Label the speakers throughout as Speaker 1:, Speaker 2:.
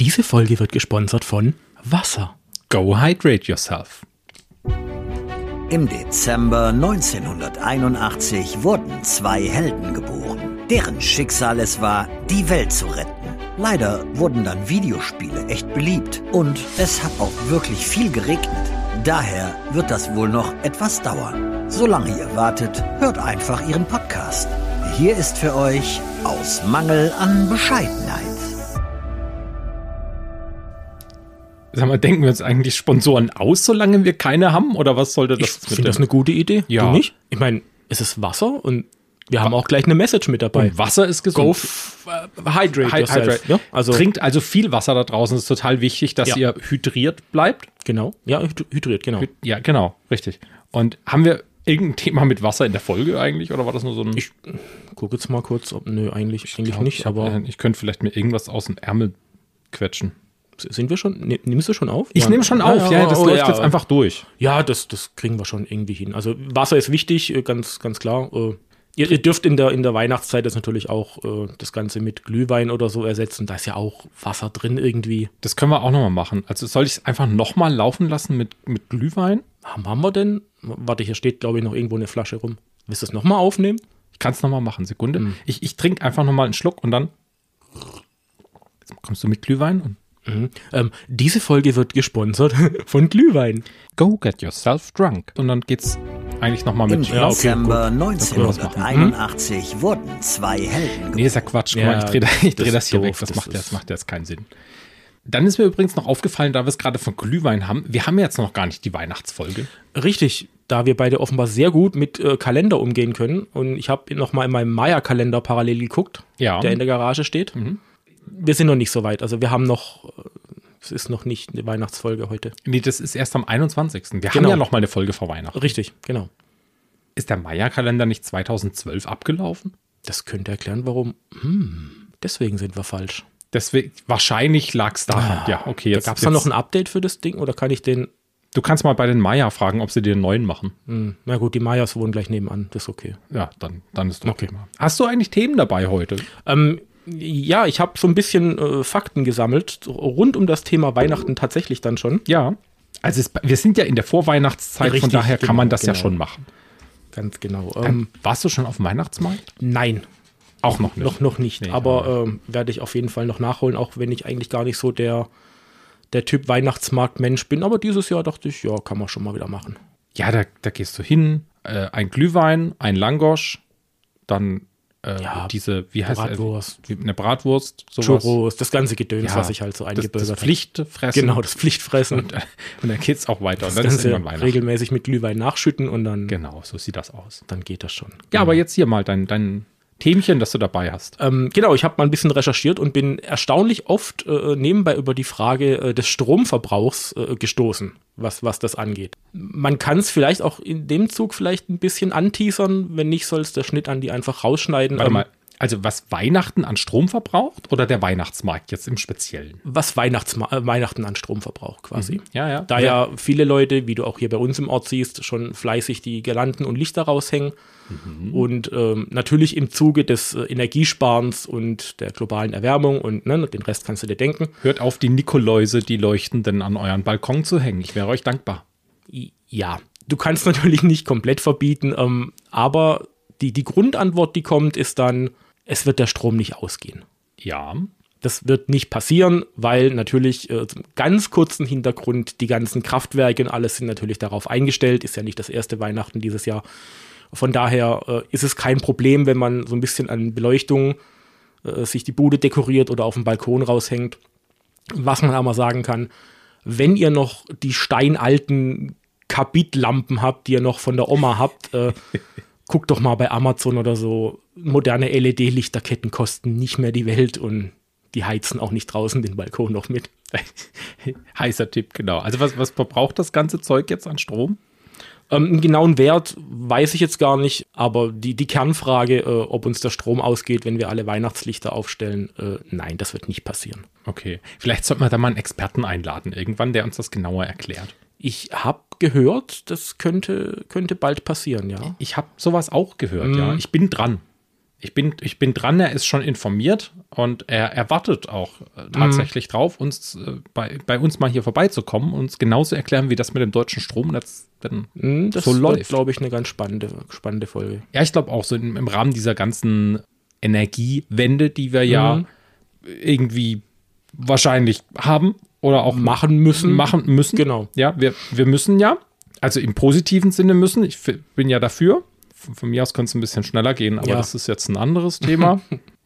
Speaker 1: Diese Folge wird gesponsert von Wasser.
Speaker 2: Go hydrate yourself.
Speaker 3: Im Dezember 1981 wurden zwei Helden geboren, deren Schicksal es war, die Welt zu retten. Leider wurden dann Videospiele echt beliebt und es hat auch wirklich viel geregnet. Daher wird das wohl noch etwas dauern. Solange ihr wartet, hört einfach ihren Podcast. Hier ist für euch aus Mangel an Bescheidenheit.
Speaker 2: Sag mal, denken wir uns eigentlich Sponsoren aus, solange wir keine haben? Oder was sollte
Speaker 1: Ich
Speaker 2: das
Speaker 1: finde das eine gute Idee.
Speaker 2: Ja.
Speaker 1: Du nicht? Ich meine, es ist Wasser und wir haben auch gleich eine Message mit dabei.
Speaker 2: Und Wasser ist
Speaker 1: Go
Speaker 2: gesund.
Speaker 1: f- äh, hydrate
Speaker 2: Hy-
Speaker 1: yourself.
Speaker 2: hydrate.
Speaker 1: Ja? Also
Speaker 2: Trinkt also viel Wasser da draußen. Es ist total wichtig, dass
Speaker 1: Ja.
Speaker 2: ihr hydriert bleibt.
Speaker 1: genau. Ja, hyd- hydriert, genau.
Speaker 2: Ja, genau, richtig. Und haben wir irgendein Thema mit Wasser in der Folge eigentlich? Oder war das nur so ein.
Speaker 1: Ich gucke jetzt mal kurz, ob nö, eigentlich, eigentlich
Speaker 2: glaub,
Speaker 1: nicht,
Speaker 2: ich hab-
Speaker 1: aber
Speaker 2: äh, ich könnte vielleicht mir irgendwas aus dem Ärmel quetschen.
Speaker 1: sind wir schon? Ne, nimmst du schon auf?
Speaker 2: Ich
Speaker 1: Ja.
Speaker 2: nehme schon auf, ja, das
Speaker 1: oh,
Speaker 2: läuft
Speaker 1: ja.
Speaker 2: jetzt einfach durch.
Speaker 1: Ja, das, das kriegen wir schon irgendwie hin. Also Wasser ist wichtig, äh, ganz, ganz klar. Äh, Ihr, ihr dürft in der, in der Weihnachtszeit das natürlich auch äh, das Ganze mit Glühwein oder so ersetzen. Da ist ja auch Wasser drin irgendwie.
Speaker 2: Das können wir auch nochmal machen. Also soll ich es einfach nochmal laufen lassen mit, mit Glühwein?
Speaker 1: Haben, haben wir denn? Warte, hier steht, glaube ich, noch irgendwo eine Flasche rum. Willst du es nochmal aufnehmen?
Speaker 2: Ich kann es nochmal machen, Sekunde.
Speaker 1: Mhm.
Speaker 2: Ich, ich trinke einfach nochmal einen Schluck und dann Jetzt kommst du mit Glühwein und
Speaker 1: Ähm, diese Folge wird gesponsert von Glühwein.
Speaker 2: go get yourself drunk. Und dann geht's eigentlich nochmal
Speaker 3: Im
Speaker 2: mit
Speaker 1: Ja, okay,
Speaker 3: Dezember
Speaker 2: können wir was machen. Mhm.
Speaker 3: 1981 wurden zwei Helden
Speaker 2: Nee, ist ja Quatsch. Guck
Speaker 1: Ja,
Speaker 2: mal, ich drehe das, ich dreh
Speaker 1: das
Speaker 2: das hier
Speaker 1: ist
Speaker 2: weg.
Speaker 1: doof,
Speaker 2: Das,
Speaker 1: das
Speaker 2: macht,
Speaker 1: ist-
Speaker 2: das macht jetzt keinen Sinn. Dann ist mir übrigens noch aufgefallen, da wir es gerade von Glühwein haben, wir haben jetzt noch gar nicht die Weihnachtsfolge.
Speaker 1: Richtig, da wir beide offenbar sehr gut mit äh, Kalender umgehen können. Und ich habe nochmal in meinem Maya-Kalender parallel geguckt,
Speaker 2: Ja. Mhm.
Speaker 1: der in der Garage steht. Wir sind noch nicht so weit. Also wir haben noch, äh, es ist noch nicht eine Weihnachtsfolge heute.
Speaker 2: Nee, das ist erst am 21. Wir haben
Speaker 1: Genau.
Speaker 2: ja noch mal eine Folge vor Weihnachten.
Speaker 1: Richtig, genau.
Speaker 2: Ist der Maya-Kalender nicht 2012 abgelaufen?
Speaker 1: Das könnte erklären, warum. Hm, deswegen sind wir falsch.
Speaker 2: Deswegen, wahrscheinlich lag es daran. ja, okay. Jetzt,
Speaker 1: Gab es
Speaker 2: jetzt,
Speaker 1: Ah, da noch ein Update für das Ding oder kann ich den?
Speaker 2: du kannst mal bei den Maya fragen, ob sie dir einen neuen machen.
Speaker 1: Hm, na gut, die Mayas wohnen gleich nebenan. Das ist okay.
Speaker 2: Ja, dann, dann ist doch
Speaker 1: Okay.
Speaker 2: Thema. Hast du eigentlich Themen dabei heute?
Speaker 1: Ähm, ja, ich habe so ein bisschen äh, Fakten gesammelt, so rund um das Thema Weihnachten tatsächlich dann schon.
Speaker 2: Ja. Also es, wir sind ja in der Vorweihnachtszeit, von
Speaker 1: Richtig,
Speaker 2: daher kann
Speaker 1: genau,
Speaker 2: man das ja
Speaker 1: genau.
Speaker 2: schon machen.
Speaker 1: Ganz genau.
Speaker 2: Ähm,
Speaker 1: Ähm,
Speaker 2: Warst du schon auf dem Weihnachtsmarkt?
Speaker 1: nein,
Speaker 2: Auch noch nicht.
Speaker 1: noch, noch nicht.
Speaker 2: Nee,
Speaker 1: aber ähm, werde ich auf jeden Fall noch nachholen, auch wenn ich eigentlich gar nicht so der, der Typ Weihnachtsmarktmensch bin. Aber dieses Jahr dachte ich, ja, kann man schon mal wieder machen.
Speaker 2: Ja, da, da gehst du hin, äh, ein Glühwein, ein Langosch, dann äh,
Speaker 1: Ja,
Speaker 2: diese, wie heißt
Speaker 1: Bratwurst.
Speaker 2: Äh, wie- eine Bratwurst, sowas.
Speaker 1: Churros, das ganze Gedöns,
Speaker 2: Ja,
Speaker 1: was ich halt so
Speaker 2: das,
Speaker 1: eingebürgert
Speaker 2: das
Speaker 1: habe.
Speaker 2: Pflichtfressen.
Speaker 1: Genau, das Pflichtfressen.
Speaker 2: Und, äh, und dann geht's auch weiter. Und
Speaker 1: das
Speaker 2: dann ist
Speaker 1: Ganze
Speaker 2: irgendwann Weihnachten.
Speaker 1: regelmäßig mit Glühwein nachschütten und dann,
Speaker 2: Genau, so sieht das aus.
Speaker 1: dann geht das schon.
Speaker 2: Ja, aber jetzt hier mal dein, dein Themchen, das du dabei hast.
Speaker 1: Ähm, genau, ich habe mal ein bisschen recherchiert und bin erstaunlich oft äh, nebenbei über die Frage äh, des Stromverbrauchs äh, gestoßen, was, was das angeht. Man kann es vielleicht auch in dem Zug vielleicht ein bisschen anteasern, wenn nicht, soll es der Schnitt an die einfach rausschneiden.
Speaker 2: Warte
Speaker 1: Ähm,
Speaker 2: mal. Also was Weihnachten an Strom verbraucht oder der Weihnachtsmarkt jetzt im Speziellen?
Speaker 1: Was Weihnachtsma äh, Weihnachten an Stromverbrauch quasi.
Speaker 2: Mhm. Ja, ja.
Speaker 1: Da ja viele Leute, wie du auch hier bei uns im Ort siehst, schon fleißig die Girlanden und Lichter raushängen.
Speaker 2: Mhm.
Speaker 1: Und ähm, natürlich im Zuge des äh, Energiesparens und der globalen Erwärmung und ne, den Rest kannst du dir denken,
Speaker 2: Hört auf, die Nikoläuse, die leuchtenden, an euren Balkon zu hängen. Ich wäre euch dankbar.
Speaker 1: I- ja, du kannst natürlich nicht komplett verbieten, ähm, aber die, die Grundantwort, die kommt, ist dann, es wird der Strom nicht ausgehen.
Speaker 2: Ja.
Speaker 1: Das wird nicht passieren, weil natürlich äh, zum ganz kurzen Hintergrund die ganzen Kraftwerke und alles sind natürlich darauf eingestellt. Ist ja nicht das erste Weihnachten dieses Jahr. Von daher äh, ist es kein Problem, wenn man so ein bisschen an Beleuchtung äh, sich die Bude dekoriert oder auf dem Balkon raushängt. Was man aber sagen kann, wenn ihr noch die steinalten Kabitlampen habt, die ihr noch von der Oma habt, äh, guckt doch mal bei Amazon oder so. Moderne LED-Lichterketten kosten nicht mehr die Welt und die heizen auch nicht draußen den Balkon noch mit.
Speaker 2: Heißer Tipp, genau. Also was, was verbraucht das ganze Zeug jetzt an Strom?
Speaker 1: Ähm, einen genauen Wert weiß ich jetzt gar nicht, aber die, die Kernfrage, äh, ob uns der Strom ausgeht, wenn wir alle Weihnachtslichter aufstellen, äh, nein, das wird nicht passieren.
Speaker 2: Okay. Vielleicht sollten wir da mal einen Experten einladen, irgendwann, der uns das genauer erklärt.
Speaker 1: Ich habe gehört,
Speaker 2: Äh,
Speaker 1: das könnte, könnte bald passieren, ja.
Speaker 2: Ich habe sowas auch gehört, ja. Ich bin dran. ich bin, ich bin dran, er ist schon informiert und er, er wartet auch äh, tatsächlich drauf, uns äh, bei, bei uns mal hier vorbeizukommen, uns genauso erklären, wie das mit dem deutschen Stromnetz denn
Speaker 1: Hm, Das
Speaker 2: so
Speaker 1: wird,
Speaker 2: läuft.
Speaker 1: glaube ich, eine ganz spannende, spannende Folge.
Speaker 2: Ja, ich glaube auch so im, im Rahmen dieser ganzen Energiewende, die wir ja
Speaker 1: Mhm.
Speaker 2: irgendwie wahrscheinlich haben oder auch
Speaker 1: Machen müssen.
Speaker 2: machen müssen.
Speaker 1: Genau.
Speaker 2: Ja, wir, wir müssen ja, also im positiven Sinne müssen, ich f- bin ja dafür. Von, von mir aus kann es ein bisschen schneller gehen, aber
Speaker 1: Ja.
Speaker 2: das ist jetzt ein anderes Thema.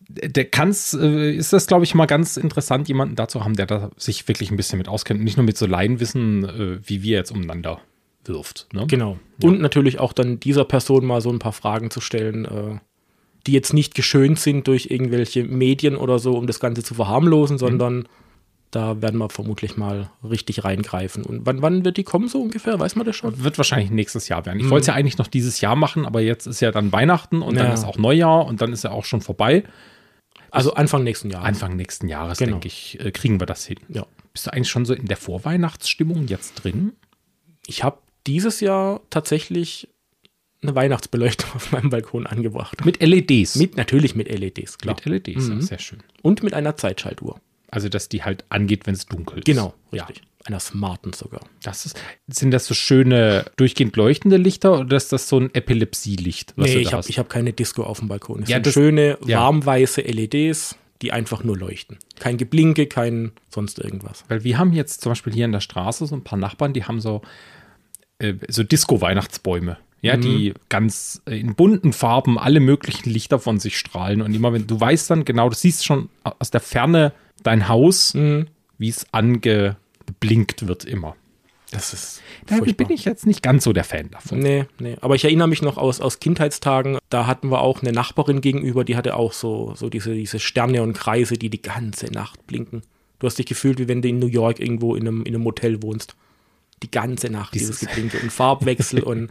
Speaker 2: Der kann's, äh, ist das, glaube ich, mal ganz interessant, jemanden dazu haben, der da sich wirklich ein bisschen mit auskennt. und Nicht nur mit so Laienwissen, äh, wie wir jetzt umeinander wirft. Ne?
Speaker 1: Genau. Und natürlich auch dann dieser Person mal so ein paar Fragen zu stellen, äh, die jetzt nicht geschönt sind durch irgendwelche Medien oder so, um das Ganze zu
Speaker 2: Mhm.
Speaker 1: verharmlosen, sondern da werden wir vermutlich mal richtig reingreifen. Und wann, wann wird die kommen so ungefähr? Weiß man das schon?
Speaker 2: Wird wahrscheinlich nächstes Jahr
Speaker 1: Mhm.
Speaker 2: werden. Ich wollte es ja eigentlich noch dieses Jahr machen, aber jetzt ist ja dann Weihnachten und dann
Speaker 1: Ja.
Speaker 2: ist auch Neujahr und dann ist ja auch schon vorbei.
Speaker 1: Also Anfang nächsten Jahres.
Speaker 2: Anfang nächsten Jahres,
Speaker 1: Genau.
Speaker 2: denke ich, äh, kriegen wir das hin.
Speaker 1: Ja.
Speaker 2: Bist du eigentlich schon so in der Vorweihnachtsstimmung jetzt drin?
Speaker 1: Ich habe dieses Jahr tatsächlich eine Weihnachtsbeleuchtung auf meinem Balkon angebracht.
Speaker 2: Mit E LEDs.
Speaker 1: Mit, natürlich mit LEDs, klar.
Speaker 2: Mit LEDs, ja, sehr schön.
Speaker 1: Und mit einer Zeitschaltuhr.
Speaker 2: Also, dass die halt angeht, wenn es dunkel ist.
Speaker 1: Genau,
Speaker 2: Ja.
Speaker 1: richtig. Einer smarten sogar.
Speaker 2: Das ist, sind das so schöne, durchgehend leuchtende Lichter oder ist das so ein Epilepsielicht? was
Speaker 1: nee,
Speaker 2: du
Speaker 1: ich
Speaker 2: da
Speaker 1: habe
Speaker 2: hast?
Speaker 1: hab keine Disco auf dem Balkon. Es
Speaker 2: Ja,
Speaker 1: sind
Speaker 2: das-
Speaker 1: schöne,
Speaker 2: ja.
Speaker 1: warmweiße LEDs, die einfach nur leuchten. Kein Geblinke, kein sonst irgendwas.
Speaker 2: Weil wir haben jetzt zum Beispiel hier in der Straße so ein paar Nachbarn, die haben so, äh, so Disco-Weihnachtsbäume. Ja, die ganz äh, in bunten Farben alle möglichen Lichter von sich strahlen. Und immer wenn du weißt dann genau, du siehst schon aus der Ferne dein Haus, wie es angeblinkt wird immer.
Speaker 1: Das ist
Speaker 2: Da
Speaker 1: furchtbar.
Speaker 2: bin ich jetzt nicht ganz so der Fan davon.
Speaker 1: Nee, nee. Aber ich erinnere mich noch aus, aus Kindheitstagen, da hatten wir auch eine Nachbarin gegenüber, die hatte auch so, so diese, diese Sterne und Kreise, die die ganze Nacht blinken. Du hast dich gefühlt, wie wenn du in New York irgendwo in einem, in einem Motel wohnst. Die ganze Nacht, dieses
Speaker 2: Dieses-
Speaker 1: Geblinke und Farbwechsel und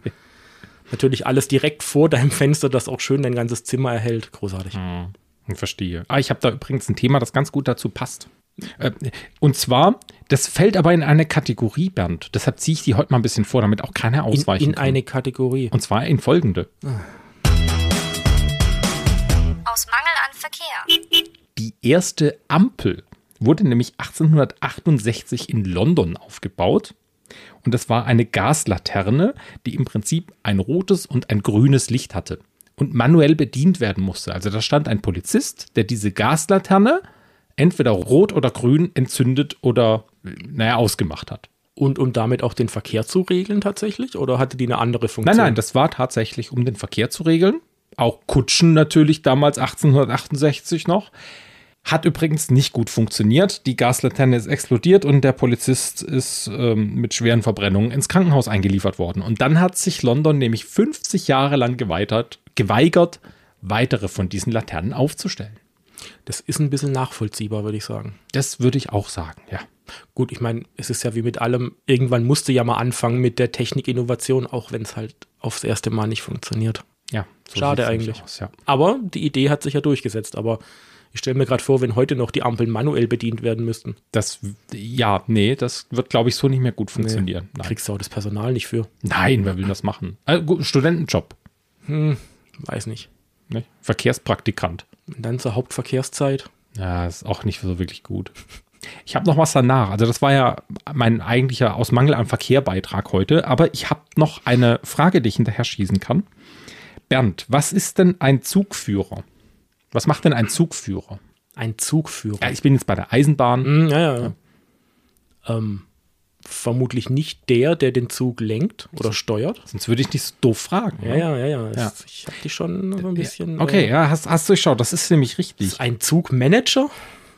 Speaker 1: natürlich alles direkt vor deinem Fenster, das auch schön dein ganzes Zimmer erhält. Großartig.
Speaker 2: Ich verstehe. Ah, ich habe da übrigens ein Thema, das ganz gut dazu passt. Äh, Und zwar, das fällt aber in eine Kategorie, Bernd. Deshalb ziehe ich die heute mal ein bisschen vor, damit auch keiner
Speaker 1: In,
Speaker 2: ausweichen
Speaker 1: in
Speaker 2: kann.
Speaker 1: eine Kategorie.
Speaker 2: Und zwar in folgende.
Speaker 4: Aus Mangel an Verkehr.
Speaker 2: Die erste Ampel wurde nämlich 1868 in London aufgebaut. Und das war eine Gaslaterne, die im Prinzip ein rotes und ein grünes Licht hatte und manuell bedient werden musste. Also da stand ein Polizist, der diese Gaslaterne entweder rot oder grün entzündet oder, äh, naja, ausgemacht hat.
Speaker 1: Und um damit auch den Verkehr zu regeln tatsächlich? Oder hatte die eine andere Funktion?
Speaker 2: Nein, nein, das war tatsächlich, um den Verkehr zu regeln. Auch Kutschen natürlich damals 1868 noch. Hat übrigens nicht gut funktioniert. Die Gaslaterne ist explodiert und der Polizist ist ähm, mit schweren Verbrennungen ins Krankenhaus eingeliefert worden. Und dann hat sich London nämlich 50 Jahre lang geweigert, geweigert weitere von diesen Laternen aufzustellen.
Speaker 1: das ist ein bisschen nachvollziehbar, würde ich sagen.
Speaker 2: Das würde ich auch sagen, ja.
Speaker 1: Gut, ich meine, es ist ja wie mit allem, irgendwann musste ja mal anfangen mit der Technikinnovation, auch wenn es halt aufs erste Mal nicht funktioniert.
Speaker 2: ja so
Speaker 1: Schade
Speaker 2: sieht's nämlich
Speaker 1: eigentlich.
Speaker 2: Aus, ja.
Speaker 1: Aber die Idee hat sich ja durchgesetzt. Aber ich stelle mir gerade vor, wenn heute noch die Ampeln manuell bedient werden müssten,
Speaker 2: Das, ja, nee, das wird, glaube ich, so nicht mehr gut funktionieren. Nein.
Speaker 1: kriegst du auch das Personal nicht für.
Speaker 2: Nein, wer will das machen? Also, gut, Studentenjob.
Speaker 1: Weiß nicht.
Speaker 2: Ne? Verkehrspraktikant.
Speaker 1: Und dann zur Hauptverkehrszeit.
Speaker 2: Ja, ist auch nicht so wirklich gut. Ich habe noch was danach. Also das war ja mein eigentlicher aus Mangel am Verkehr Beitrag heute. Aber ich habe noch eine Frage, die ich hinterher schießen kann. Bernd, was ist denn ein Zugführer? Was macht denn ein Zugführer?
Speaker 1: Ein Zugführer.
Speaker 2: Ja, ich bin jetzt bei der Eisenbahn.
Speaker 1: Hm, ja, ja, ja. Ähm, vermutlich nicht der, der den Zug lenkt oder steuert.
Speaker 2: Sonst würde ich nicht so doof fragen.
Speaker 1: Ja,
Speaker 2: ne?
Speaker 1: ja, ja, ja. Das- Ich habe die schon so ein bisschen.
Speaker 2: Okay,
Speaker 1: äh,
Speaker 2: ja, hast, hast du geschaut. Das ist nämlich richtig.
Speaker 1: Ein Zugmanager?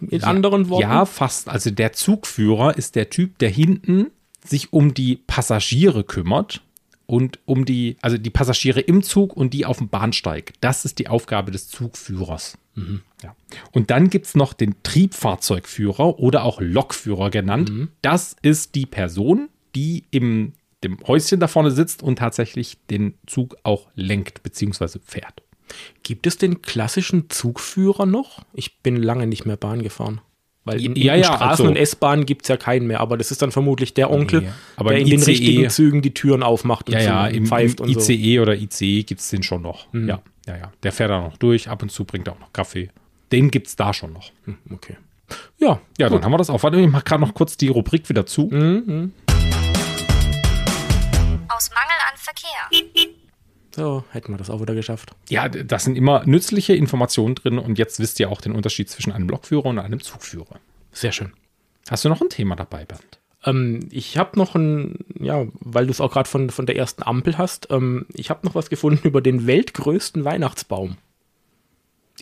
Speaker 1: Mit
Speaker 2: Ja,
Speaker 1: anderen Worten?
Speaker 2: Ja, fast. Also der Zugführer ist der Typ, der hinten sich um die Passagiere kümmert und um die, also die Passagiere im Zug und die auf dem Bahnsteig. Das ist die Aufgabe des Zugführers.
Speaker 1: Mhm.
Speaker 2: Ja. Und dann gibt es noch den Triebfahrzeugführer oder auch Lokführer genannt.
Speaker 1: Mhm.
Speaker 2: Das ist die Person, die im dem Häuschen da vorne sitzt und tatsächlich den Zug auch lenkt bzw. fährt.
Speaker 1: Gibt es den klassischen Zugführer noch? Ich bin lange nicht mehr Bahn gefahren. Weil in,
Speaker 2: Ja,
Speaker 1: in
Speaker 2: ja,
Speaker 1: Straßen
Speaker 2: also-
Speaker 1: und S-Bahnen gibt es ja keinen mehr, aber das ist dann vermutlich der Onkel,
Speaker 2: Nee, aber
Speaker 1: der
Speaker 2: im
Speaker 1: in den
Speaker 2: ICE
Speaker 1: richtigen Zügen die Türen aufmacht und
Speaker 2: Ja,
Speaker 1: so
Speaker 2: ja, im, im
Speaker 1: pfeift und so. Mhm.
Speaker 2: ICE oder ICE gibt es den schon noch. Ja, ja, ja. Der fährt da noch durch, ab und zu bringt er auch noch Kaffee. Den gibt es da schon noch.
Speaker 1: Hm, Okay. Ja,
Speaker 2: Ja, dann haben wir das auch. Warte, ich mache gerade noch kurz die Rubrik wieder zu.
Speaker 1: Mhm.
Speaker 4: Aus Mangel an Verkehr.
Speaker 1: so hätten wir das auch wieder geschafft.
Speaker 2: Ja, d- das sind immer nützliche Informationen drin und jetzt wisst ihr auch den Unterschied zwischen einem Lokführer und einem Zugführer.
Speaker 1: Sehr schön.
Speaker 2: Hast du noch ein Thema dabei, Bernd?
Speaker 1: Ähm, ich habe noch ein, ja, weil du es auch gerade von, von der ersten Ampel hast, ähm, ich habe noch was gefunden über den weltgrößten Weihnachtsbaum.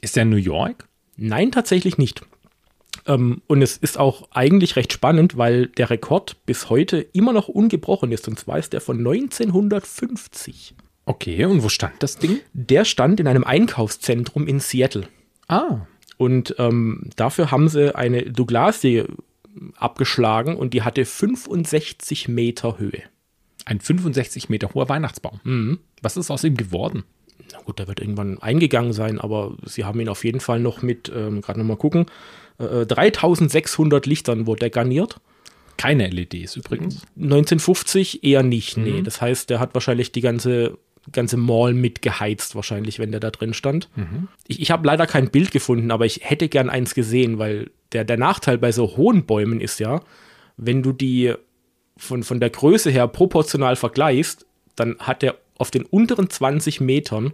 Speaker 2: Ist der in New York?
Speaker 1: Nein, tatsächlich nicht. Ähm, und es ist auch eigentlich recht spannend, weil der Rekord bis heute immer noch ungebrochen ist. Und zwar ist der von 1950.
Speaker 2: Okay, und wo stand das Ding?
Speaker 1: Der stand in einem Einkaufszentrum in Seattle.
Speaker 2: Ah,
Speaker 1: Und ähm, dafür haben sie eine Douglasie abgeschlagen und die hatte 65 Meter Höhe.
Speaker 2: ein 65 Meter hoher Weihnachtsbaum.
Speaker 1: Mhm.
Speaker 2: Was ist aus ihm geworden?
Speaker 1: Na gut, der wird irgendwann eingegangen sein, aber sie haben ihn auf jeden Fall noch mit, ähm, gerade nochmal gucken, äh, 3600 Lichtern wurde der garniert.
Speaker 2: Keine LEDs übrigens.
Speaker 1: Mhm. 1950 eher nicht, nee. Das heißt, der hat wahrscheinlich die ganze, ganze Mall mitgeheizt, wahrscheinlich, wenn der da drin stand. Ich, ich habe leider kein Bild gefunden, aber ich hätte gern eins gesehen, weil der, der Nachteil bei so hohen Bäumen ist ja, wenn du die von, von der Größe her proportional vergleichst, dann hat der auf den unteren 20 Metern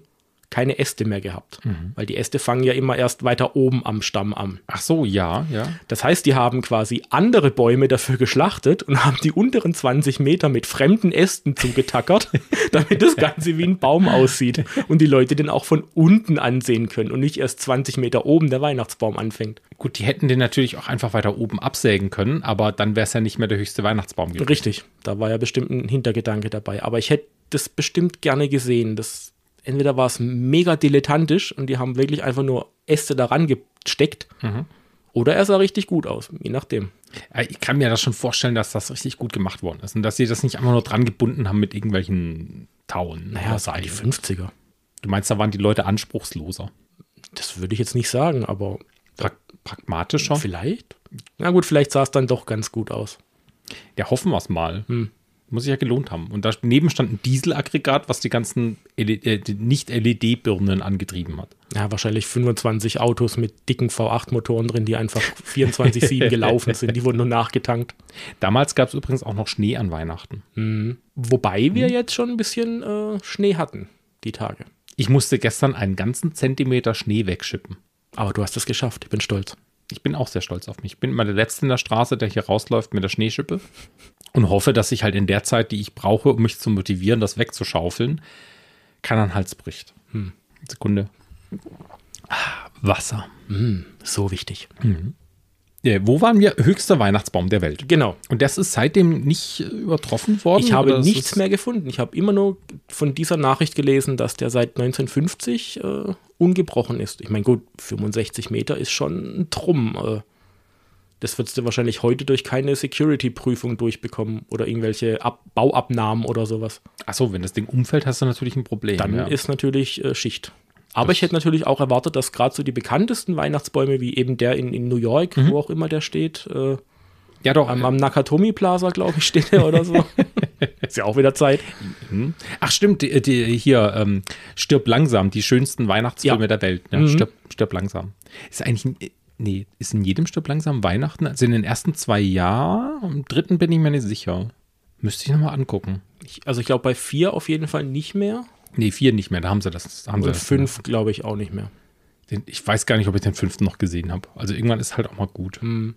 Speaker 1: keine Äste mehr gehabt. Weil die Äste fangen ja immer erst weiter oben am Stamm an.
Speaker 2: Ach so, ja, ja.
Speaker 1: Das heißt, die haben quasi andere Bäume dafür geschlachtet und haben die unteren 20 Meter mit fremden Ästen zugetackert, damit das Ganze wie ein Baum aussieht und die Leute den auch von unten ansehen können und nicht erst 20 Meter oben der Weihnachtsbaum anfängt.
Speaker 2: Gut, die hätten den natürlich auch einfach weiter oben absägen können, aber dann wäre es ja nicht mehr der höchste Weihnachtsbaum gewesen.
Speaker 1: Richtig, da war ja bestimmt ein Hintergedanke dabei, aber ich hätte das bestimmt gerne gesehen. Das, entweder war es mega dilettantisch und die haben wirklich einfach nur Äste daran gesteckt oder er sah richtig gut aus, je nachdem.
Speaker 2: Äh, Ich kann mir das schon vorstellen, dass das richtig gut gemacht worden ist und dass sie das nicht einfach nur dran gebunden haben mit irgendwelchen Tauen. oder
Speaker 1: es waren
Speaker 2: Seilen.
Speaker 1: 50er.
Speaker 2: Du meinst, da waren die Leute anspruchsloser,
Speaker 1: Das würde ich jetzt nicht sagen, aber
Speaker 2: pra pragmatischer?
Speaker 1: vielleicht. Na gut, vielleicht sah es dann doch ganz gut aus.
Speaker 2: Ja, hoffen wir es mal. Muss sich ja gelohnt haben. Und daneben stand ein Dieselaggregat, was die ganzen LED, äh, die Nicht-LED-Birnen angetrieben hat.
Speaker 1: Ja, wahrscheinlich 25 Autos mit dicken V8-Motoren drin, die einfach 24-7 gelaufen sind. Die wurden nur nachgetankt.
Speaker 2: Damals gab es übrigens auch noch Schnee an Weihnachten.
Speaker 1: Wobei wir jetzt schon ein bisschen äh, Schnee hatten, die Tage.
Speaker 2: Ich musste gestern einen ganzen Zentimeter Schnee wegschippen.
Speaker 1: Aber du hast es geschafft. Ich bin stolz.
Speaker 2: Ich bin auch sehr stolz auf mich. Ich bin immer der Letzte in der Straße, der hier rausläuft mit der Schneeschippe und hoffe, dass ich halt in der Zeit, die ich brauche, um mich zu motivieren, das wegzuschaufeln, keinen Hals bricht. Hm. Sekunde. Ah, Wasser.
Speaker 1: So wichtig.
Speaker 2: Äh, wo waren wir? Höchster Weihnachtsbaum der Welt.
Speaker 1: Genau.
Speaker 2: Und das ist seitdem nicht äh, übertroffen worden?
Speaker 1: Ich
Speaker 2: oder
Speaker 1: habe
Speaker 2: das
Speaker 1: nichts
Speaker 2: ist-
Speaker 1: mehr gefunden. Ich habe immer nur von dieser Nachricht gelesen, dass der seit 1950 äh, ungebrochen ist. Ich meine, gut, 65 Meter ist schon ein Trumm. Äh, das würdest du wahrscheinlich heute durch keine Security-Prüfung durchbekommen oder irgendwelche Ab Bauabnahmen oder sowas.
Speaker 2: Achso, wenn das Ding umfällt, hast du natürlich ein Problem.
Speaker 1: Dann
Speaker 2: ja.
Speaker 1: ist natürlich äh, Schicht. Aber ich hätte natürlich auch erwartet, dass gerade so die bekanntesten Weihnachtsbäume, wie eben der in, in New York,
Speaker 2: Mhm.
Speaker 1: wo auch immer der steht, äh,
Speaker 2: ja doch.
Speaker 1: am, am Nakatomi Plaza, glaube ich, steht der oder so. ist ja auch wieder Zeit.
Speaker 2: Ach stimmt, die, die, hier ähm, stirb langsam, die schönsten Weihnachtsfilme
Speaker 1: Ja. Mhm.
Speaker 2: der Welt. Ne? Stirb, stirb langsam. Ist eigentlich ein, nee, ist in jedem Stirb langsam Weihnachten. Also in den ersten zwei Jahren, im dritten bin ich mir nicht sicher. Müsste ich nochmal angucken.
Speaker 1: Ich, also ich glaube, bei vier auf jeden Fall nicht mehr.
Speaker 2: Nee, vier nicht mehr, da haben sie das. da Haben sie
Speaker 1: Und
Speaker 2: das
Speaker 1: fünf, glaube ich, auch nicht mehr.
Speaker 2: Den, ich weiß gar nicht, ob ich den fünften noch gesehen habe. Also irgendwann ist halt auch mal gut.
Speaker 1: Mhm.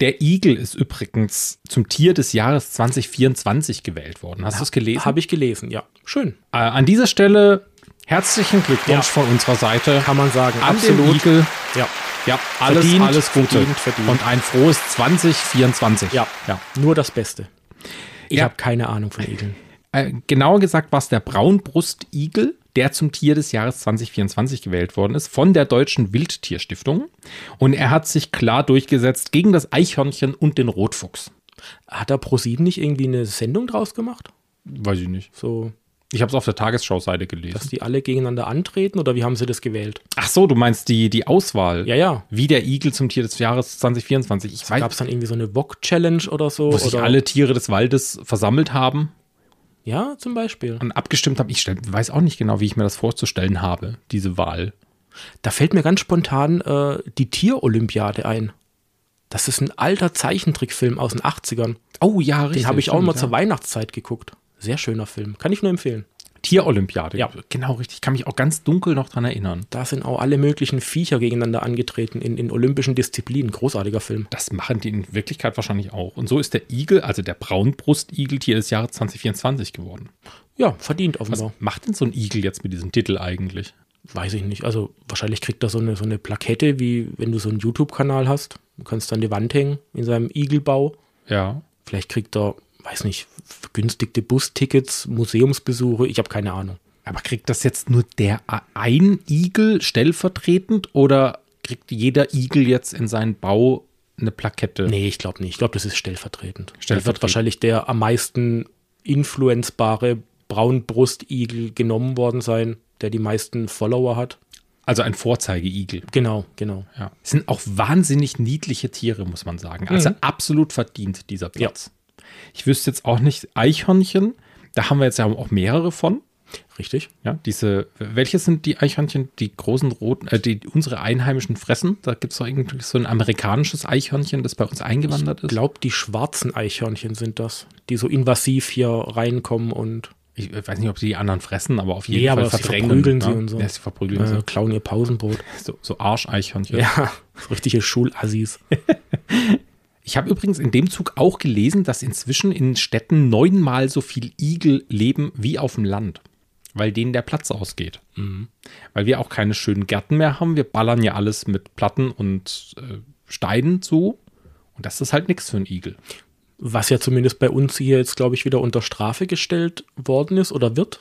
Speaker 2: Der Igel ist übrigens zum Tier des Jahres 2024 gewählt worden. Hast du es gelesen?
Speaker 1: Habe ich gelesen, ja. Schön.
Speaker 2: Äh, an dieser Stelle herzlichen Glückwunsch von unserer Seite.
Speaker 1: Kann man sagen.
Speaker 2: An den
Speaker 1: Absolut.
Speaker 2: Igel.
Speaker 1: Ja.
Speaker 2: Ja, alles,
Speaker 1: Verdient,
Speaker 2: alles Gute.
Speaker 1: verdient, verdient.
Speaker 2: Und ein frohes 2024.
Speaker 1: Ja.
Speaker 2: ja.
Speaker 1: Nur das Beste. Ich
Speaker 2: Ja.
Speaker 1: habe keine Ahnung von Egeln.
Speaker 2: Äh, genauer gesagt war es der Braunbrustigel, der zum Tier des Jahres 2024 gewählt worden ist von der Deutschen Wildtierstiftung. Und er hat sich klar durchgesetzt gegen das Eichhörnchen und den Rotfuchs.
Speaker 1: Hat da ProSieben nicht irgendwie eine Sendung draus gemacht?
Speaker 2: Weiß ich nicht.
Speaker 1: So
Speaker 2: Ich habe es auf der Tagesschau-Seite
Speaker 1: Dass
Speaker 2: gelesen.
Speaker 1: die alle gegeneinander antreten oder wie haben sie das gewählt?
Speaker 2: Ach so, du meinst die, die Auswahl.
Speaker 1: Ja, ja.
Speaker 2: Wie der Igel zum Tier des Jahres 2024. Ich
Speaker 1: Gab es
Speaker 2: weiß,
Speaker 1: dann irgendwie so eine Wok-Challenge oder so?
Speaker 2: wo sich
Speaker 1: oder?
Speaker 2: alle Tiere des Waldes versammelt haben
Speaker 1: Ja, zum Beispiel.
Speaker 2: und abgestimmt haben. Ich stell, weiß auch nicht genau, wie ich mir das vorzustellen habe, diese Wahl.
Speaker 1: Da fällt mir ganz spontan äh, die Tierolympiade ein. Das ist ein alter Zeichentrickfilm aus den 80ern.
Speaker 2: Oh ja, richtig.
Speaker 1: Den habe ich auch
Speaker 2: stimmt,
Speaker 1: mal
Speaker 2: ja.
Speaker 1: zur Weihnachtszeit geguckt. Sehr schöner Film. Kann ich nur empfehlen.
Speaker 2: Tierolympiade.
Speaker 1: Ja.
Speaker 2: Genau, richtig. Ich kann mich auch ganz dunkel noch dran erinnern.
Speaker 1: Da sind auch alle möglichen Viecher gegeneinander angetreten in, in olympischen Disziplinen. Großartiger Film.
Speaker 2: Das machen die in Wirklichkeit wahrscheinlich auch. Und so ist der Igel, also der Braunbrustigel, Tier des Jahres 2024 geworden.
Speaker 1: Ja, verdient
Speaker 2: Was
Speaker 1: offenbar.
Speaker 2: macht denn so ein Igel jetzt mit diesem Titel eigentlich?
Speaker 1: Weiß ich nicht. Also wahrscheinlich kriegt er so eine, so eine Plakette, wie wenn du so einen YouTube-Kanal hast. Du kannst an die Wand hängen in seinem Igelbau.
Speaker 2: Ja.
Speaker 1: Vielleicht kriegt er, weiß nicht, vergünstigte Bustickets, Museumsbesuche. Ich habe keine Ahnung.
Speaker 2: Aber kriegt das jetzt nur der a- ein Igel stellvertretend oder kriegt jeder Igel jetzt in seinen Bau eine Plakette?
Speaker 1: Nee, ich glaube nicht. Ich glaube, das ist stellvertretend. Da
Speaker 2: Stellvertretend.
Speaker 1: wird wahrscheinlich der am meisten influenzbare Braunbrustigel genommen worden sein, der die meisten Follower hat.
Speaker 2: Also ein Vorzeigeigel.
Speaker 1: Genau, genau.
Speaker 2: Ja. Es sind auch wahnsinnig niedliche Tiere, muss man sagen.
Speaker 1: Mhm.
Speaker 2: Also absolut verdient dieser Platz. Ich wüsste jetzt auch nicht, Eichhörnchen, da haben wir jetzt ja auch mehrere von.
Speaker 1: Richtig?
Speaker 2: Ja, diese, welche sind die Eichhörnchen, die großen roten, äh, die unsere einheimischen fressen? Da gibt es doch irgendwie so ein amerikanisches Eichhörnchen, das bei uns eingewandert ist.
Speaker 1: Glaubt, die schwarzen Eichhörnchen sind das, die so invasiv hier reinkommen und
Speaker 2: Ich weiß nicht, ob sie die anderen fressen, aber auf jeden
Speaker 1: Nee,
Speaker 2: Fall
Speaker 1: aber sie
Speaker 2: verdrängen.
Speaker 1: verprügeln
Speaker 2: ne?
Speaker 1: sie und so.
Speaker 2: Ja, sie verprügeln
Speaker 1: äh, klauen ihr Pausenbrot.
Speaker 2: sie. So, so Arscheichhörnchen.
Speaker 1: Ja, richtige Schulassis.
Speaker 2: Ich habe übrigens in dem Zug auch gelesen, dass inzwischen in Städten neunmal so viel Igel leben wie auf dem Land, weil denen der Platz ausgeht. Weil wir auch keine schönen Gärten mehr haben. Wir ballern ja alles mit Platten und äh, Steinen zu. Und das ist halt nichts für einen Igel.
Speaker 1: Was ja zumindest bei uns hier jetzt, glaube ich, wieder unter Strafe gestellt worden ist oder wird.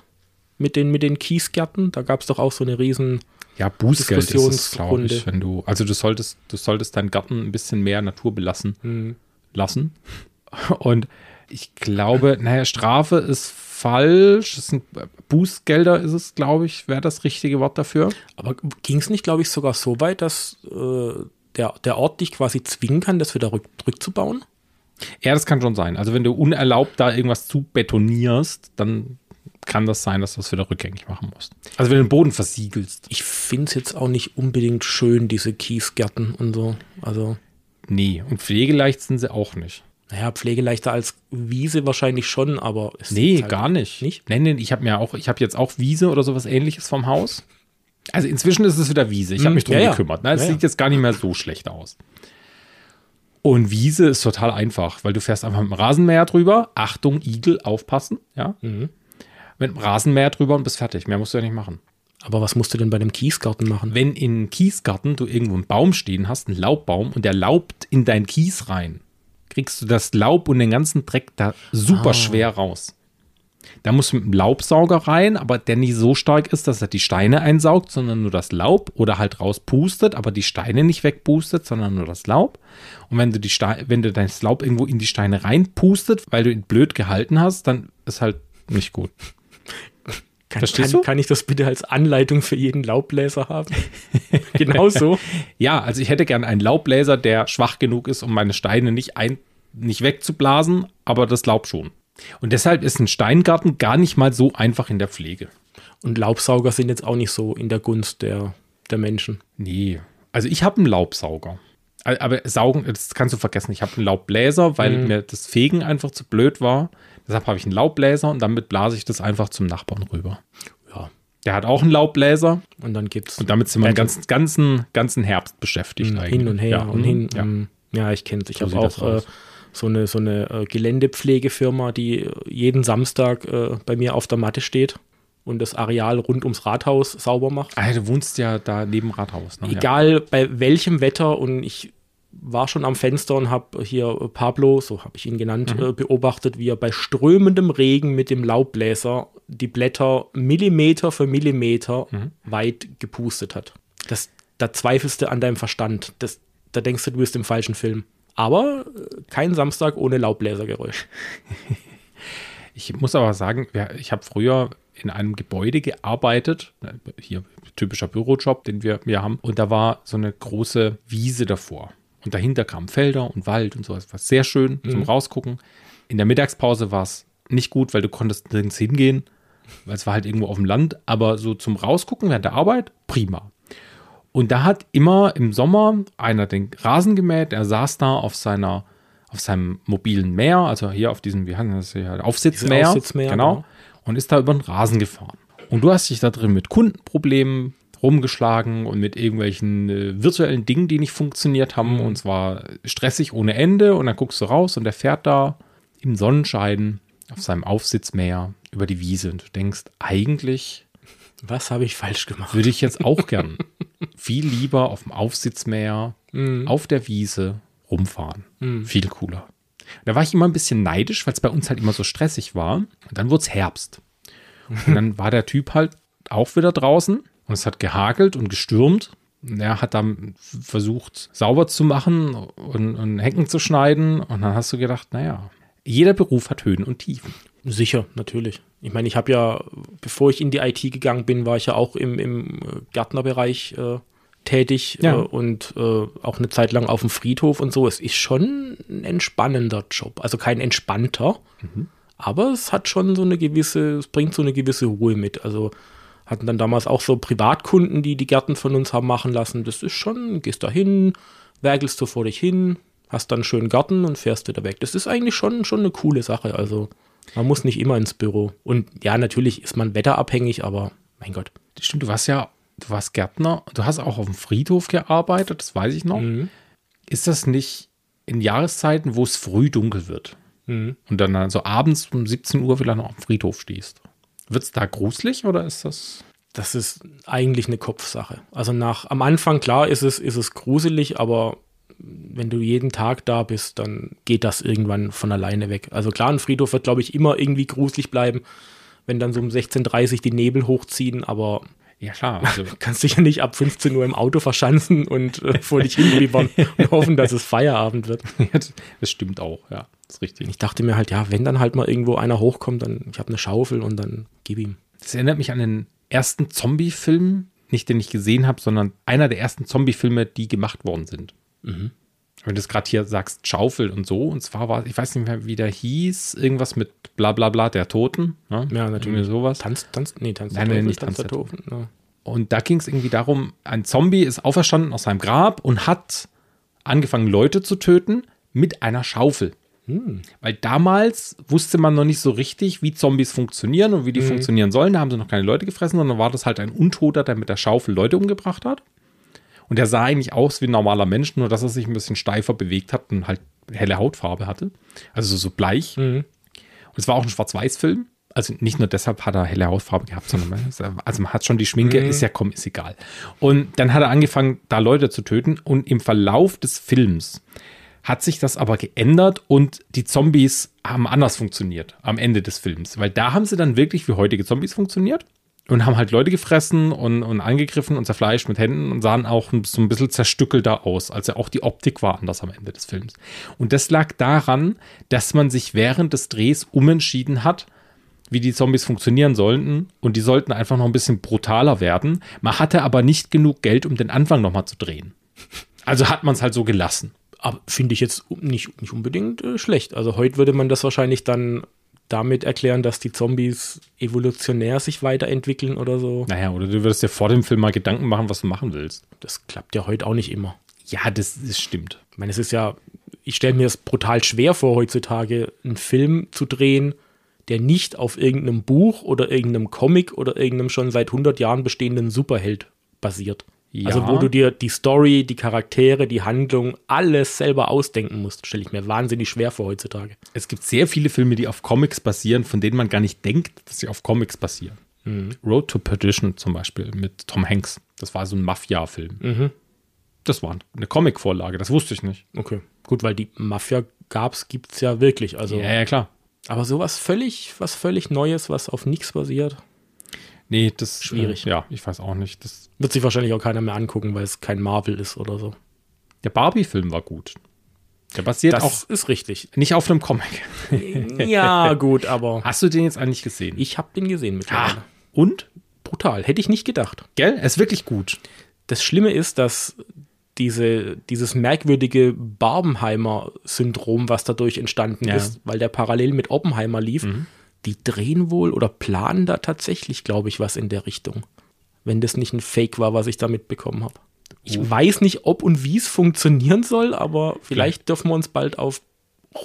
Speaker 1: Mit den, mit den Kiesgärten, da gab es doch auch so eine riesen
Speaker 2: Ja, Bußgeld ist es, glaube
Speaker 1: Diskussionsrunde.
Speaker 2: ich, wenn du. Also du solltest, du solltest deinen Garten ein bisschen mehr Natur belassen lassen. Und ich glaube, naja, Strafe ist falsch. Es sind äh, Bußgelder ist es, glaube ich, wäre das richtige Wort dafür.
Speaker 1: Aber ging es nicht, glaube ich, sogar so weit, dass äh, der, der Ort dich quasi zwingen kann, das wieder rück, rückzubauen?
Speaker 2: Ja, das kann schon sein. Also wenn du unerlaubt da irgendwas zu betonierst, dann kann das sein, dass du es wieder rückgängig machen musst. Also wenn du den Boden versiegelst.
Speaker 1: Ich finde es jetzt auch nicht unbedingt schön, diese Kiesgärten und so. Also,
Speaker 2: Nee. Und pflegeleicht sind sie auch nicht.
Speaker 1: naja, pflegeleichter als Wiese wahrscheinlich schon, aber es
Speaker 2: Nee,
Speaker 1: ist halt-
Speaker 2: gar nicht.
Speaker 1: Nicht?
Speaker 2: Nee, nee, ich habe mir auch, ich habe jetzt auch Wiese oder sowas ähnliches vom Haus. Also inzwischen ist es wieder Wiese. Ich habe
Speaker 1: Hm,
Speaker 2: mich drum
Speaker 1: ja, ja.
Speaker 2: gekümmert. Ne? Es
Speaker 1: Ja, ja.
Speaker 2: sieht jetzt gar nicht mehr so schlecht aus. Und Wiese ist total einfach, weil du fährst einfach mit dem Rasenmäher drüber. Achtung, Igel, aufpassen. Ja?
Speaker 1: Mhm.
Speaker 2: Mit dem Rasenmäher drüber und bist fertig. Mehr musst du ja nicht machen.
Speaker 1: Aber was musst du denn bei einem Kiesgarten machen?
Speaker 2: Wenn in Kiesgarten du irgendwo einen Baum stehen hast, einen Laubbaum, und der laubt in dein Kies rein, kriegst du das Laub und den ganzen Dreck da super schwer raus. Da musst du mit dem Laubsauger rein, aber der nicht so stark ist, dass er die Steine einsaugt, sondern nur das Laub oder halt rauspustet, aber die Steine nicht wegpustet, sondern nur das Laub. Und wenn du, die Ste wenn du das Laub irgendwo in die Steine reinpustet, weil du ihn blöd gehalten hast, dann ist halt nicht gut.
Speaker 1: Kann,
Speaker 2: Verstehst
Speaker 1: kann,
Speaker 2: du?
Speaker 1: kann ich das bitte als Anleitung für jeden Laubbläser haben? genau so.
Speaker 2: Ja, also ich hätte gern einen Laubbläser, der schwach genug ist, um meine Steine nicht, ein, nicht wegzublasen, aber das Laub schon. Und deshalb ist ein Steingarten gar nicht mal so einfach in der Pflege.
Speaker 1: Und Laubsauger sind jetzt auch nicht so in der Gunst der, der Menschen.
Speaker 2: Nee. Also ich habe einen Laubsauger. A- Aber saugen, das kannst du vergessen. Ich habe einen Laubbläser, weil
Speaker 1: Mhm.
Speaker 2: mir das Fegen einfach zu blöd war. Deshalb habe ich einen Laubbläser und damit blase ich das einfach zum Nachbarn rüber.
Speaker 1: Ja.
Speaker 2: Der hat auch einen Laubbläser
Speaker 1: Und dann gibt's
Speaker 2: und damit sind wir den ganzen, ganzen, ganzen Herbst beschäftigt.
Speaker 1: Hm,
Speaker 2: eigentlich.
Speaker 1: Hin und her
Speaker 2: Ja,
Speaker 1: und
Speaker 2: mhm,
Speaker 1: hin.
Speaker 2: Ja.
Speaker 1: hm. Ja, ich kenne es. Ich
Speaker 2: So
Speaker 1: habe
Speaker 2: sieht das
Speaker 1: auch äh,
Speaker 2: aus.
Speaker 1: so eine, so eine äh, Geländepflegefirma, die äh, jeden Samstag äh, bei mir auf der Matte steht und das Areal rund ums Rathaus sauber macht.
Speaker 2: Ah, du wohnst ja da neben Rathaus. Ne? Ja.
Speaker 1: Egal bei welchem Wetter und ich war schon am Fenster und habe hier äh, Pablo, so habe ich ihn genannt, äh, beobachtet, wie er bei strömendem Regen mit dem Laubbläser die Blätter Millimeter für Millimeter weit gepustet hat. Das, da zweifelst du an deinem Verstand. Das, da denkst du, du bist im falschen Film. Aber äh, kein Samstag ohne Laubbläsergeräusch.
Speaker 2: Ich muss aber sagen, wer- ich habe früher in einem Gebäude gearbeitet. ne, Hier typischer Bürojob, den wir hier haben. Und da war so eine große Wiese davor. Und dahinter kamen Felder und Wald und sowas. War sehr schön zum Rausgucken. In der Mittagspause war es nicht gut, weil du konntest nirgends hingehen, weil es war halt irgendwo auf dem Land. Aber so zum Rausgucken während der Arbeit, prima. Und da hat immer im Sommer einer den Rasen gemäht. Er saß da auf seiner auf seinem mobilen Meer, also hier auf diesem, wie heißt das hier, Aufsitzmeer,
Speaker 1: Dieses Aufsitzmäher,
Speaker 2: genau,
Speaker 1: genau.
Speaker 2: und ist da über den Rasen gefahren. Und du hast dich da drin mit Kundenproblemen rumgeschlagen und mit irgendwelchen äh, virtuellen Dingen, die nicht funktioniert haben und es war stressig ohne Ende und dann guckst du raus und der fährt da im Sonnenschein auf seinem Aufsitzmeer über die Wiese und du denkst, eigentlich
Speaker 1: Was habe ich falsch gemacht?
Speaker 2: würde ich jetzt auch gern viel lieber auf dem Aufsitzmeer, auf der Wiese rumfahren. Viel cooler. Da war ich immer ein bisschen neidisch, weil es bei uns halt immer so stressig war. Und dann wurde es Herbst. Und dann war der Typ halt auch wieder draußen und es hat gehagelt und gestürmt. Und er hat dann versucht, sauber zu machen und, und Hecken zu schneiden. Und dann hast du gedacht, naja, jeder Beruf hat Höhen und Tiefen.
Speaker 1: Sicher, natürlich. Ich meine, ich habe ja, bevor ich in die IT gegangen bin, war ich ja auch im, im äh, Gärtnerbereich äh, tätig
Speaker 2: Ja.
Speaker 1: äh, und äh, auch eine Zeit lang auf dem Friedhof und so. Es ist schon ein entspannender Job, also kein entspannter, aber es hat schon so eine gewisse, es bringt so eine gewisse Ruhe mit. Also hatten dann damals auch so Privatkunden, die die Gärten von uns haben machen lassen. Das ist schon, gehst da hin, werkelst du vor dich hin, hast dann einen schönen Garten und fährst wieder weg. Das ist eigentlich schon, schon eine coole Sache. Also man muss nicht immer ins Büro. Und ja, natürlich ist man wetterabhängig, aber mein Gott.
Speaker 2: Stimmt, du warst ja, du warst Gärtner, du hast auch auf dem Friedhof gearbeitet, das weiß ich noch. Ist das nicht in Jahreszeiten, wo es früh dunkel wird und dann also abends um 17 Uhr wieder noch auf dem Friedhof stehst? Wird es da gruselig oder ist das.
Speaker 1: das ist eigentlich eine Kopfsache. Also nach am Anfang klar ist es ist es gruselig, aber wenn du jeden Tag da bist, dann geht das irgendwann von alleine weg. Also klar, ein Friedhof wird glaube ich immer irgendwie gruselig bleiben, wenn dann so um 16:30 die Nebel hochziehen, aber
Speaker 2: Ja, klar. Also,
Speaker 1: kannst dich ja nicht ab 15 Uhr im Auto verschanzen und äh, vor dich hinbliebern und hoffen, dass es Feierabend wird.
Speaker 2: das stimmt auch, ja. Ist richtig.
Speaker 1: Ich dachte mir halt, ja, wenn dann halt mal irgendwo einer hochkommt, dann ich habe eine Schaufel und dann gib ihm.
Speaker 2: Das erinnert mich an den ersten Zombie-Film, nicht den ich gesehen habe, sondern einer der ersten Zombie-Filme, die gemacht worden sind.
Speaker 1: Mhm.
Speaker 2: Wenn du es gerade hier sagst, Schaufel und so, und zwar war, ich weiß nicht mehr, wie der hieß, irgendwas mit bla bla bla der Toten, ne?
Speaker 1: Ja, natürlich.
Speaker 2: Irgendwie sowas.
Speaker 1: Tanz, tanz, nee, tanz,
Speaker 2: Nein,
Speaker 1: der
Speaker 2: nein,
Speaker 1: Teufel,
Speaker 2: nicht
Speaker 1: der
Speaker 2: Tanz der
Speaker 1: Teufel, ja.
Speaker 2: Und da ging es irgendwie darum, ein Zombie ist auferstanden aus seinem Grab und hat angefangen, Leute zu töten mit einer Schaufel. Weil damals wusste man noch nicht so richtig, wie Zombies funktionieren und wie die funktionieren sollen. Da haben sie noch keine Leute gefressen, sondern war das halt ein Untoter, der mit der Schaufel Leute umgebracht hat. Und der sah eigentlich aus wie ein normaler Mensch, nur dass er sich ein bisschen steifer bewegt hat und halt helle Hautfarbe hatte. Also so bleich. Und es war auch ein Schwarz-Weiß-Film. Also nicht nur deshalb hat er helle Hautfarbe gehabt, sondern man- also man hat schon die Schminke, ist ja komm, ist egal. Und dann hat er angefangen, da Leute zu töten. Und im Verlauf des Films hat sich das aber geändert und die Zombies haben anders funktioniert am Ende des Films. Weil da haben sie dann wirklich wie heutige Zombies funktioniert und haben halt Leute gefressen und, und angegriffen und zerfleischt mit Händen und sahen auch so ein bisschen zerstückelter aus. Also auch die Optik war anders am Ende des Films. Und das lag daran, dass man sich während des Drehs umentschieden hat, wie die Zombies funktionieren sollten und die sollten einfach noch ein bisschen brutaler werden. Man hatte aber nicht genug Geld, um den Anfang nochmal zu drehen. Also hat man es halt so gelassen.
Speaker 1: Aber finde ich jetzt un- nicht, nicht unbedingt äh, schlecht. Also heute würde man das wahrscheinlich dann damit erklären, dass die Zombies evolutionär sich weiterentwickeln oder so.
Speaker 2: Naja, oder du würdest dir vor dem Film mal Gedanken machen, was du machen willst.
Speaker 1: Das klappt ja heute auch nicht immer.
Speaker 2: Ja, das, das stimmt.
Speaker 1: Ich meine, es ist ja, ich stelle mir es brutal schwer vor, heutzutage einen Film zu drehen, der nicht auf irgendeinem Buch oder irgendeinem Comic oder irgendeinem schon seit 100 Jahren bestehenden Superheld basiert.
Speaker 2: Ja.
Speaker 1: Also wo du dir die Story, die Charaktere, die Handlung, alles selber ausdenken musst, stelle ich mir wahnsinnig schwer vor heutzutage.
Speaker 2: Es gibt sehr viele Filme, die auf Comics basieren, von denen man gar nicht denkt, dass sie auf Comics basieren. Road to Perdition zum Beispiel mit Tom Hanks. Das war so ein Mafia-Film. Das war eine Comic-Vorlage, das wusste ich nicht.
Speaker 1: Okay, gut, weil die Mafia gab's, gibt's ja wirklich. Also,
Speaker 2: Ja, ja, klar.
Speaker 1: aber sowas völlig, was völlig Neues, was auf nichts basiert,
Speaker 2: Nee, das
Speaker 1: Schwierig.
Speaker 2: Äh, ja, ich weiß auch nicht. Das,
Speaker 1: wird sich wahrscheinlich auch keiner mehr angucken, weil es kein Marvel ist oder so.
Speaker 2: der Barbie-Film war gut. Der basiert
Speaker 1: Das
Speaker 2: auch
Speaker 1: ist richtig.
Speaker 2: nicht auf einem Comic.
Speaker 1: Ja, gut, aber Ah.
Speaker 2: Hast du den jetzt eigentlich gesehen?
Speaker 1: ich habe den gesehen mittlerweile.
Speaker 2: Und?
Speaker 1: Brutal, hätte ich nicht gedacht.
Speaker 2: Gell? Er ist wirklich gut.
Speaker 1: Das Schlimme ist, dass diese, dieses merkwürdige Barbenheimer-Syndrom, was dadurch entstanden
Speaker 2: Ja. Mhm.
Speaker 1: ist, weil der parallel mit Oppenheimer lief, die drehen wohl oder planen da tatsächlich, glaube ich, was in der Richtung. Wenn das nicht ein Fake war, was ich da mitbekommen habe. Ich
Speaker 2: Oh.
Speaker 1: weiß nicht, ob und wie es funktionieren soll, aber vielleicht dürfen wir uns bald auf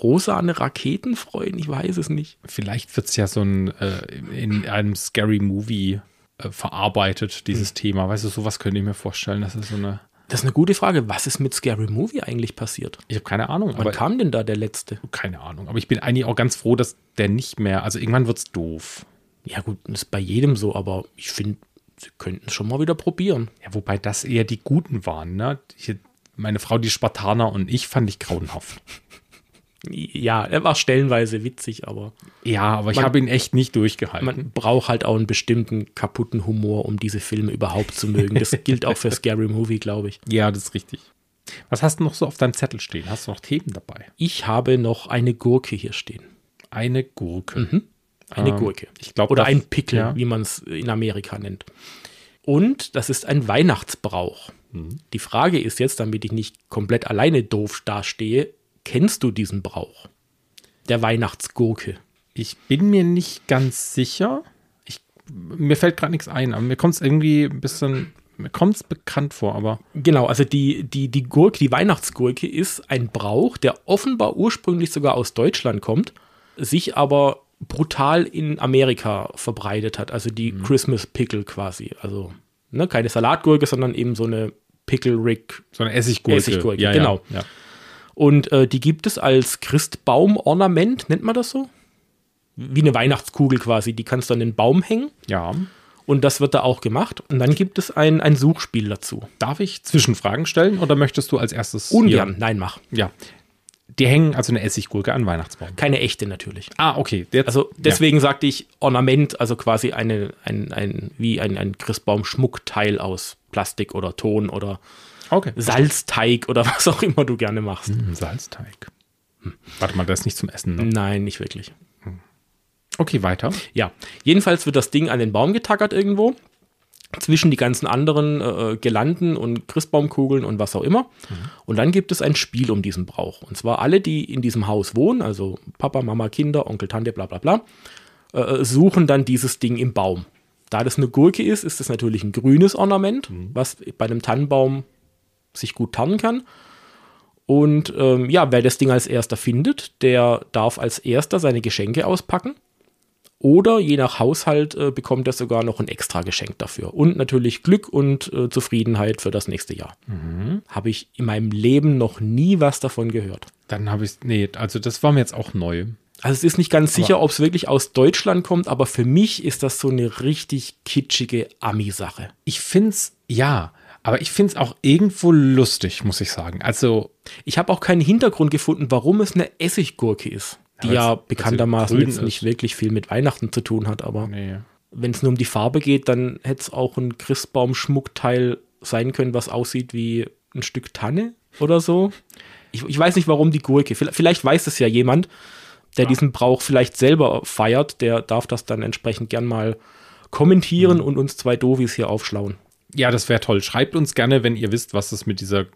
Speaker 1: rosane Raketen freuen. Ich weiß es nicht.
Speaker 2: Vielleicht wird es ja so ein, äh, in einem Scary Movie äh, verarbeitet, dieses
Speaker 1: Hm.
Speaker 2: Thema. Weißt du, sowas könnte ich mir vorstellen. Das ist so eine.
Speaker 1: Das ist eine gute Frage. Was ist mit Scary Movie eigentlich passiert?
Speaker 2: Ich habe keine Ahnung.
Speaker 1: Wann
Speaker 2: Aber,
Speaker 1: kam denn da der letzte?
Speaker 2: keine Ahnung. Aber ich bin eigentlich auch ganz froh, dass der nicht mehr. Also irgendwann wird es doof.
Speaker 1: Ja, gut, das ist bei jedem so, aber ich finde, sie könnten es schon mal wieder probieren.
Speaker 2: Ja, wobei das eher die Guten waren, ne? Ich, meine Frau, die Spartaner und ich fand ich grauenhaft.
Speaker 1: Ja, er war stellenweise witzig, aber
Speaker 2: Ja, aber ich
Speaker 1: Man-
Speaker 2: habe ihn echt nicht durchgehalten.
Speaker 1: man braucht halt auch einen bestimmten kaputten Humor, um diese Filme überhaupt zu mögen. Das gilt auch für Scary Movie, glaube ich.
Speaker 2: ja, das ist richtig. Was hast du noch so auf deinem Zettel stehen? Hast du noch Themen dabei?
Speaker 1: Ich habe noch eine Gurke hier stehen.
Speaker 2: Eine Gurke.
Speaker 1: Eine
Speaker 2: Ähm,
Speaker 1: Gurke.
Speaker 2: ich glaub,
Speaker 1: Oder
Speaker 2: das-
Speaker 1: ein Pickel,
Speaker 2: ja.
Speaker 1: wie man es in Amerika nennt. Und das ist ein Weihnachtsbrauch.
Speaker 2: Mhm.
Speaker 1: Die Frage ist jetzt, damit ich nicht komplett alleine doof dastehe, kennst du diesen Brauch? Der Weihnachtsgurke.
Speaker 2: Ich bin mir nicht ganz sicher. Ich, mir fällt gerade nichts ein, aber mir kommt es irgendwie ein bisschen, mir kommt es bekannt vor, aber
Speaker 1: Genau, also die, die, die Gurke, die Weihnachtsgurke ist ein Brauch, der offenbar ursprünglich sogar aus Deutschland kommt, sich aber brutal in Amerika verbreitet hat. Also die Christmas Pickle quasi. Also ne, keine Salatgurke, sondern eben so eine Pickle Rick.
Speaker 2: so eine Essiggurke.
Speaker 1: Essiggurke,
Speaker 2: ja,
Speaker 1: genau.
Speaker 2: Ja, ja.
Speaker 1: Und äh, die gibt es als Christbaumornament, nennt man das so? Wie eine Weihnachtskugel quasi. Die kannst du an den Baum hängen
Speaker 2: ja.
Speaker 1: und das wird da auch gemacht. Und dann gibt es ein, ein Suchspiel dazu.
Speaker 2: Darf ich Zwischenfragen stellen oder möchtest du als erstes? hier-
Speaker 1: Ungern, nein, mach.
Speaker 2: Ja. Die hängen also eine Essiggurke an den Weihnachtsbaum.
Speaker 1: Keine echte natürlich.
Speaker 2: Ah, okay. Jetzt,
Speaker 1: Also deswegen sagte ich Ornament, also quasi eine, ein, ein, wie ein, ein Christbaum-Schmuckteil aus Plastik oder Ton oder
Speaker 2: Ja. Okay.
Speaker 1: Salzteig oder was auch immer du gerne machst.
Speaker 2: Ein Salzteig. Hm. Warte mal, das ist nicht zum Essen. Ne?
Speaker 1: Nein, nicht wirklich.
Speaker 2: Okay, weiter.
Speaker 1: Ja, jedenfalls wird das Ding an den Baum getackert irgendwo. Zwischen die ganzen anderen äh, Gelanden und Christbaumkugeln und was auch immer. Und dann gibt es ein Spiel um diesen Brauch. Und zwar alle, die in diesem Haus wohnen, also Papa, Mama, Kinder, Onkel, Tante, bla bla bla, äh, suchen dann dieses Ding im Baum. Da das eine Gurke ist, ist es natürlich ein grünes Ornament, was bei einem Tannenbaum sich gut tarnen kann. Und ähm, ja, wer das Ding als erster findet, der darf als erster seine Geschenke auspacken. Oder je nach Haushalt äh, bekommt er sogar noch ein extra Geschenk dafür. Und natürlich Glück und äh, Zufriedenheit für das nächste Jahr.
Speaker 2: Mhm.
Speaker 1: Habe ich in meinem Leben noch nie was davon gehört.
Speaker 2: Dann habe ich, nee, also das war mir jetzt auch neu.
Speaker 1: Also es ist nicht ganz sicher, ob es wirklich aus Deutschland kommt, aber für mich ist das so eine richtig kitschige Ami-Sache.
Speaker 2: Ich find's, ja, aber ich find's auch irgendwo lustig, muss ich sagen. Also,
Speaker 1: Ich habe auch keinen Hintergrund gefunden, warum es eine Essiggurke ist, die
Speaker 2: weil's-
Speaker 1: ja,
Speaker 2: weil's
Speaker 1: bekanntermaßen
Speaker 2: grün
Speaker 1: jetzt nicht
Speaker 2: ist.
Speaker 1: wirklich viel mit Weihnachten zu tun hat, aber
Speaker 2: nee.
Speaker 1: wenn es nur um die Farbe geht, dann hätte es auch ein Christbaum-Schmuckteil sein können, was aussieht wie ein Stück Tanne oder so. Ich, ich weiß nicht, warum die Gurke. Vielleicht, vielleicht weiß es ja jemand, der diesen Brauch vielleicht selber feiert, der darf das dann entsprechend gern mal kommentieren und uns zwei Dovis hier aufschlauen.
Speaker 2: Ja, das wäre toll. Schreibt uns gerne, wenn ihr wisst, was es mit dieser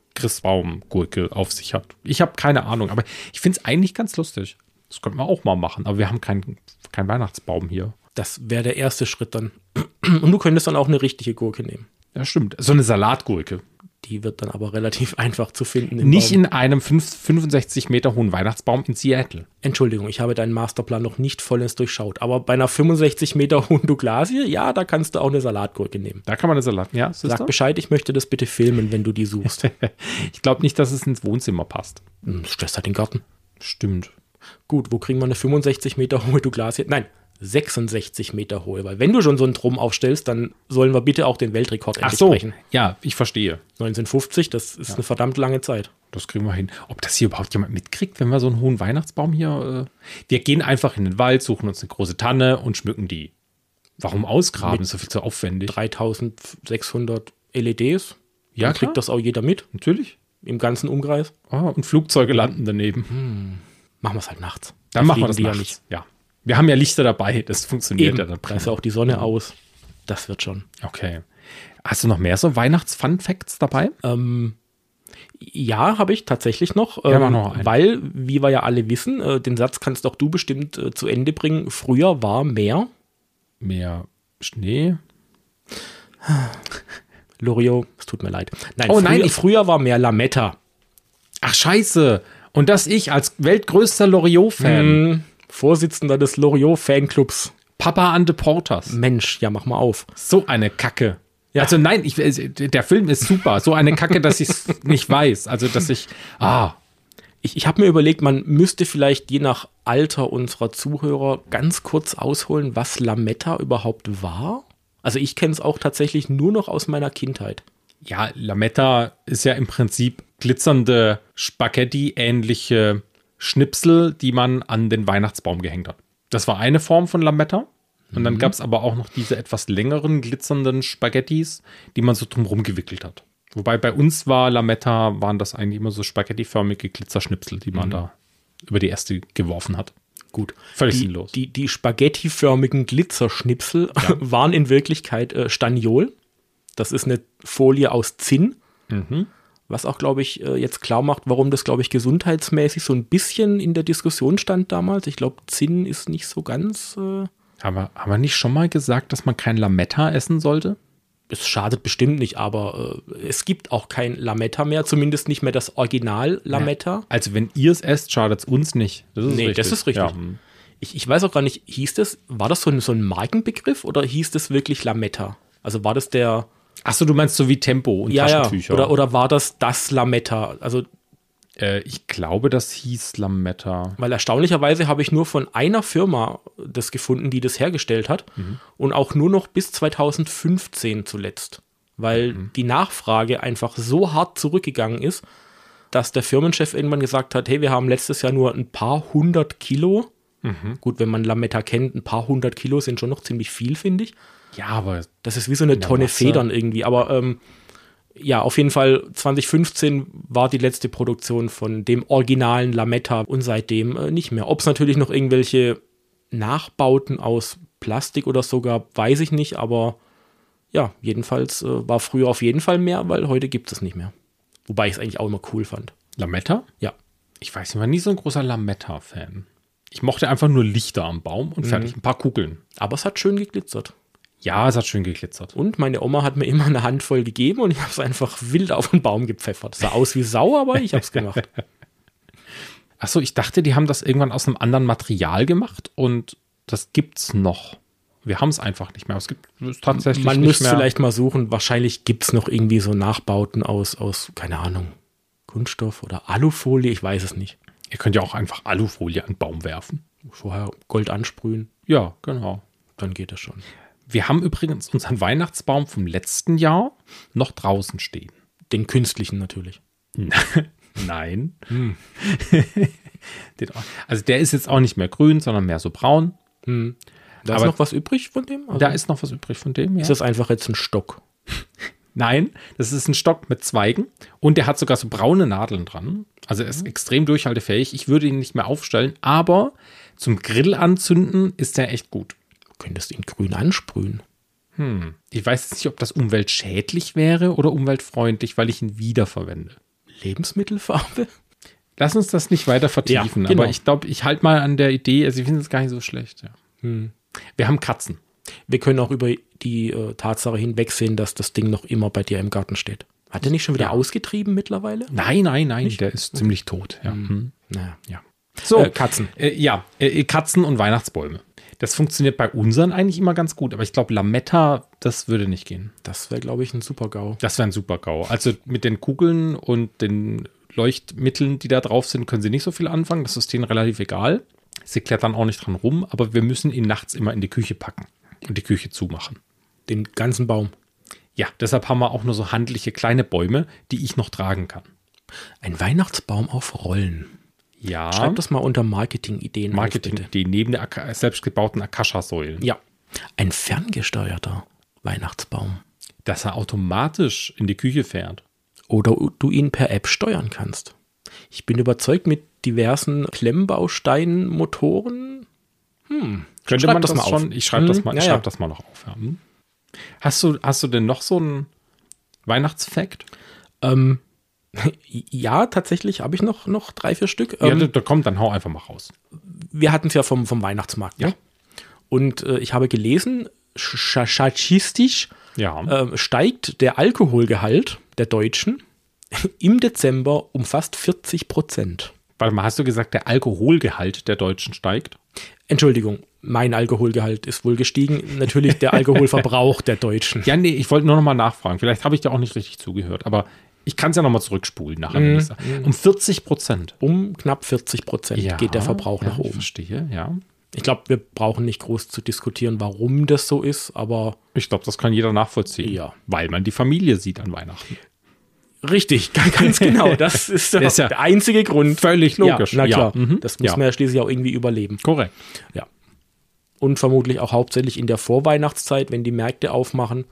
Speaker 2: Christbaumgurke auf sich hat. Ich habe keine Ahnung, aber ich find's eigentlich ganz lustig. Das könnten wir auch mal machen, aber wir haben keinen keinen Weihnachtsbaum hier.
Speaker 1: Das wäre der erste Schritt dann. Und du könntest dann auch eine richtige Gurke nehmen.
Speaker 2: Ja, stimmt. So eine Salatgurke.
Speaker 1: Die wird dann aber relativ einfach zu finden. im
Speaker 2: Nicht
Speaker 1: Baum.
Speaker 2: in einem fünf- 65 Meter hohen Weihnachtsbaum in Seattle.
Speaker 1: Entschuldigung, ich habe deinen Masterplan noch nicht vollends durchschaut. Aber bei einer 65 Meter hohen Douglasie, ja, da kannst du auch eine Salatgurke nehmen.
Speaker 2: Da kann man eine Salat. Ja, siehst
Speaker 1: Sag
Speaker 2: du?
Speaker 1: Bescheid, ich möchte das bitte filmen, wenn du die suchst.
Speaker 2: Ich glaube nicht, dass es ins Wohnzimmer passt.
Speaker 1: Hm, Stress hat den Garten.
Speaker 2: Stimmt.
Speaker 1: Gut, wo kriegen wir eine 65 Meter hohe Douglasie? Nein, 66 Meter hohe. Weil wenn du schon so einen Drum aufstellst, dann sollen wir bitte auch den Weltrekord
Speaker 2: Ach
Speaker 1: endlich
Speaker 2: so.
Speaker 1: brechen.
Speaker 2: Ja, ich verstehe.
Speaker 1: 1950, das ist eine verdammt lange Zeit.
Speaker 2: Das kriegen wir hin. Ob das hier überhaupt jemand mitkriegt, wenn wir so einen hohen Weihnachtsbaum hier. Äh, wir gehen einfach in den Wald, suchen uns eine große Tanne und schmücken die. Warum ausgraben? Ist so viel zu aufwendig.
Speaker 1: 3600 LEDs.
Speaker 2: Ja,
Speaker 1: Dann
Speaker 2: klar.
Speaker 1: E kriegt das auch jeder mit.
Speaker 2: Natürlich.
Speaker 1: im ganzen Umkreis.
Speaker 2: Ah, und Flugzeuge landen daneben.
Speaker 1: Machen wir es halt nachts.
Speaker 2: Dann machen Mhm. wir
Speaker 1: fliegen
Speaker 2: das
Speaker 1: die
Speaker 2: nachts. Ja. Wir haben ja Lichter dabei, das funktioniert
Speaker 1: Eben,
Speaker 2: ja dann
Speaker 1: da ist ja
Speaker 2: prima.
Speaker 1: auch die Sonne aus. Das wird schon.
Speaker 2: Okay. Hast du noch mehr so Weihnachts-Fun-Facts dabei?
Speaker 1: Ähm, ja, habe ich tatsächlich noch.
Speaker 2: Ja,
Speaker 1: ähm,
Speaker 2: mach noch einen.
Speaker 1: Weil, wie wir ja alle wissen, äh, den Satz kannst auch du bestimmt äh, zu Ende bringen. Früher war mehr.
Speaker 2: Mehr Schnee.
Speaker 1: Lorio, es tut mir leid. Nein,
Speaker 2: Oh
Speaker 1: früher,
Speaker 2: nein, ich-
Speaker 1: früher war mehr Lametta.
Speaker 2: Ach, scheiße. Und das ich als weltgrößter Loriot-Fan.
Speaker 1: Ähm, Vorsitzender des Loriot-Fanclubs.
Speaker 2: Papa and the Porters.
Speaker 1: Mensch, ja, mach mal auf.
Speaker 2: So eine Kacke.
Speaker 1: Ja.
Speaker 2: Also nein, ich, äh, der Film ist super. So eine Kacke, dass ich es nicht weiß. Also, dass ich, ah,
Speaker 1: Ich, ich habe mir überlegt, man müsste vielleicht je nach Alter unserer Zuhörer ganz kurz ausholen, was Lametta überhaupt war. Also ich kenne es auch tatsächlich nur noch aus meiner Kindheit.
Speaker 2: ja, Lametta ist ja im Prinzip glitzernde Spaghetti-ähnliche Schnipsel, die man an den Weihnachtsbaum gehängt hat. Das war eine Form von Lametta. Und
Speaker 1: Mhm.
Speaker 2: dann gab es aber auch noch diese etwas längeren glitzernden Spaghettis, die man so drumherum gewickelt hat. Wobei bei uns war Lametta, waren das eigentlich immer so spaghettiförmige Glitzerschnipsel, die man da über die Äste geworfen hat.
Speaker 1: Mhm. Gut.
Speaker 2: Völlig
Speaker 1: die,
Speaker 2: sinnlos.
Speaker 1: Die, die spaghettiförmigen Glitzerschnipsel waren in Wirklichkeit äh, Staniol. Das ist eine Folie aus Zinn.
Speaker 2: Mhm.
Speaker 1: Was auch, glaube ich, äh, jetzt klar macht, warum das, glaube ich, gesundheitsmäßig so ein bisschen in der Diskussion stand damals. Ich glaube, Zinn ist nicht so ganz. Äh,
Speaker 2: Haben wir, haben wir nicht schon mal gesagt, dass man kein Lametta essen sollte?
Speaker 1: es schadet bestimmt nicht, aber äh, es gibt auch kein Lametta mehr, zumindest nicht mehr das Original Lametta.
Speaker 2: Also wenn ihr es esst, schadet es uns nicht. Das ist
Speaker 1: Nee, das ist richtig.
Speaker 2: Ja, hm.
Speaker 1: Ich, ich weiß auch gar nicht, hieß das, war das so ein, so ein Markenbegriff oder hieß das wirklich Lametta? Also war das der.
Speaker 2: Achso, du meinst so wie Tempo und
Speaker 1: Ja, ja.
Speaker 2: Taschentücher.
Speaker 1: Oder, oder war das das Lametta? Also,
Speaker 2: Äh, ich glaube, das hieß Lametta.
Speaker 1: weil erstaunlicherweise habe ich nur von einer Firma das gefunden, die das hergestellt hat und auch nur noch bis 2015 zuletzt, weil die Nachfrage einfach so hart zurückgegangen ist, dass der Firmenchef irgendwann gesagt hat, hey, wir haben letztes Jahr nur ein paar hundert Kilo. Gut, wenn man Lametta kennt, ein paar hundert Kilo sind schon noch ziemlich viel, finde ich.
Speaker 2: Ja, aber
Speaker 1: Das ist wie so eine
Speaker 2: der
Speaker 1: Tonne
Speaker 2: Masse.
Speaker 1: Federn irgendwie. Aber ähm, ja, auf jeden Fall 2015 war die letzte Produktion von dem originalen Lametta und seitdem äh, nicht mehr. Ob es natürlich noch irgendwelche Nachbauten aus Plastik oder so gab, weiß ich nicht. Aber ja, jedenfalls äh, war früher auf jeden Fall mehr, weil heute gibt es nicht mehr. Wobei ich es eigentlich auch immer cool fand.
Speaker 2: Lametta?
Speaker 1: Ja.
Speaker 2: Ich weiß, ich war nie so ein großer Lametta-Fan. Ich mochte einfach nur Lichter am Baum
Speaker 1: Mhm.
Speaker 2: und fertig. Ein paar Kugeln.
Speaker 1: Aber es hat schön geglitzert.
Speaker 2: Ja, es hat schön geglitzert.
Speaker 1: Und meine Oma hat mir immer eine Handvoll gegeben und ich habe es einfach wild auf den Baum gepfeffert. Sah aus wie Sau, aber ich habe es gemacht.
Speaker 2: Achso, ich dachte, die haben das irgendwann aus einem anderen Material gemacht und das gibt's noch. Wir haben es einfach nicht mehr. Es gibt es tatsächlich
Speaker 1: Man
Speaker 2: nicht
Speaker 1: müsste
Speaker 2: mehr.
Speaker 1: vielleicht mal suchen, wahrscheinlich gibt es noch irgendwie so Nachbauten aus, aus, keine Ahnung, Kunststoff oder Alufolie, ich weiß es nicht.
Speaker 2: Ihr könnt ja auch einfach Alufolie an den Baum werfen.
Speaker 1: Vorher Gold ansprühen,
Speaker 2: Ja, genau.
Speaker 1: dann geht das schon.
Speaker 2: Wir haben übrigens unseren Weihnachtsbaum vom letzten Jahr noch draußen stehen.
Speaker 1: Den künstlichen natürlich.
Speaker 2: Nein.
Speaker 1: Hm.
Speaker 2: Den, also der ist jetzt auch nicht mehr grün, sondern mehr so braun.
Speaker 1: Da
Speaker 2: Aber-
Speaker 1: ist noch was übrig von dem? Also
Speaker 2: Da ist noch was übrig von dem. Ja.
Speaker 1: ist das einfach jetzt ein Stock.
Speaker 2: Nein, das ist ein Stock mit Zweigen und der hat sogar so braune Nadeln dran. Also er ist
Speaker 1: Mhm.
Speaker 2: extrem durchhaltefähig. Ich würde ihn nicht mehr aufstellen, aber zum Grill anzünden ist der echt gut.
Speaker 1: Du könntest ihn grün ansprühen.
Speaker 2: Ich weiß jetzt nicht, ob das umweltschädlich wäre oder umweltfreundlich, weil ich ihn wiederverwende.
Speaker 1: Lebensmittelfarbe?
Speaker 2: Lass uns das nicht weiter vertiefen,
Speaker 1: Ja, genau.
Speaker 2: aber ich glaube, ich halte mal an der Idee, also ich finde es gar nicht so schlecht. Ja. Wir haben Katzen.
Speaker 1: Wir können auch über die äh, Tatsache hinwegsehen, dass das Ding noch immer bei dir im Garten steht. Hat er nicht schon wieder ausgetrieben mittlerweile?
Speaker 2: Nein, nein, nein, der ist ziemlich tot. Ja. Mhm.
Speaker 1: Naja.
Speaker 2: ja. So,
Speaker 1: Äh, Katzen.
Speaker 2: Äh, ja, äh, Katzen und Weihnachtsbäume. Das funktioniert bei unseren eigentlich immer ganz gut, aber ich glaube, Lametta, das würde nicht gehen.
Speaker 1: Das wäre, glaube ich, ein super GAU.
Speaker 2: Das wäre ein super GAU. Also mit den Kugeln und den Leuchtmitteln, die da drauf sind, können sie nicht so viel anfangen. Das ist denen relativ egal. Sie klettern auch nicht dran rum, aber wir müssen ihn nachts immer in die Küche packen und die Küche zumachen.
Speaker 1: Den ganzen Baum.
Speaker 2: Ja, deshalb haben wir auch nur so handliche kleine Bäume, die ich noch tragen kann.
Speaker 1: Ein Weihnachtsbaum auf Rollen.
Speaker 2: Ja,
Speaker 1: Schreib das mal unter Marketing-Ideen. auf,
Speaker 2: Marketing,
Speaker 1: bitte.
Speaker 2: die neben der Aka- selbstgebauten Akasha-Säulen.
Speaker 1: Ja. Ein ferngesteuerter Weihnachtsbaum.
Speaker 2: dass er automatisch in die Küche fährt.
Speaker 1: oder du ihn per App steuern kannst. Ich bin überzeugt, mit diversen Klemmbausteinen, Motoren. Hm.
Speaker 2: Könnte
Speaker 1: Schreib
Speaker 2: man
Speaker 1: das
Speaker 2: das,
Speaker 1: mal auf.
Speaker 2: schon? Ich schreibe
Speaker 1: Mhm,
Speaker 2: das mal, ich
Speaker 1: ja,
Speaker 2: schreib
Speaker 1: ja.
Speaker 2: das mal noch auf. Ja. hm. Hast du, hast du denn noch so einen Weihnachtsfact?
Speaker 1: Ähm, ja, tatsächlich habe ich noch, noch drei, vier Stück.
Speaker 2: ja,
Speaker 1: Ähm,
Speaker 2: da, da kommt, dann hau einfach mal raus.
Speaker 1: wir hatten es ja vom, vom Weihnachtsmarkt. Ne?
Speaker 2: Ja.
Speaker 1: Und äh, ich habe gelesen, sch- statistisch
Speaker 2: Ja.
Speaker 1: ähm, steigt der Alkoholgehalt der Deutschen im Dezember um fast 40 Prozent.
Speaker 2: Warte mal, hast du gesagt, der Alkoholgehalt der Deutschen steigt?
Speaker 1: Entschuldigung, mein Alkoholgehalt ist wohl gestiegen. Natürlich der Alkoholverbrauch der Deutschen.
Speaker 2: Ja, nee, ich wollte nur noch mal nachfragen. Vielleicht habe ich da auch nicht richtig zugehört, aber ich kann es ja noch mal zurückspulen nachher.
Speaker 1: Mhm.
Speaker 2: wenn ich's sag. Um 40 Prozent
Speaker 1: Um knapp 40 Prozent geht der Verbrauch
Speaker 2: ja,
Speaker 1: nach
Speaker 2: Ich
Speaker 1: oben.
Speaker 2: verstehe, ja.
Speaker 1: Ich glaube, wir brauchen nicht groß zu diskutieren, warum das so ist, aber
Speaker 2: Ich glaube, das kann jeder nachvollziehen.
Speaker 1: Ja.
Speaker 2: Weil man die Familie sieht an Weihnachten.
Speaker 1: Richtig, ga- ganz genau. Das ist der,
Speaker 2: Das ist ja
Speaker 1: der einzige Grund.
Speaker 2: völlig logisch.
Speaker 1: Ja, na
Speaker 2: Ja,
Speaker 1: klar,
Speaker 2: mhm.
Speaker 1: das muss
Speaker 2: Ja.
Speaker 1: man ja schließlich auch irgendwie überleben.
Speaker 2: Korrekt.
Speaker 1: Ja. Und vermutlich auch hauptsächlich in der Vorweihnachtszeit, wenn die Märkte aufmachen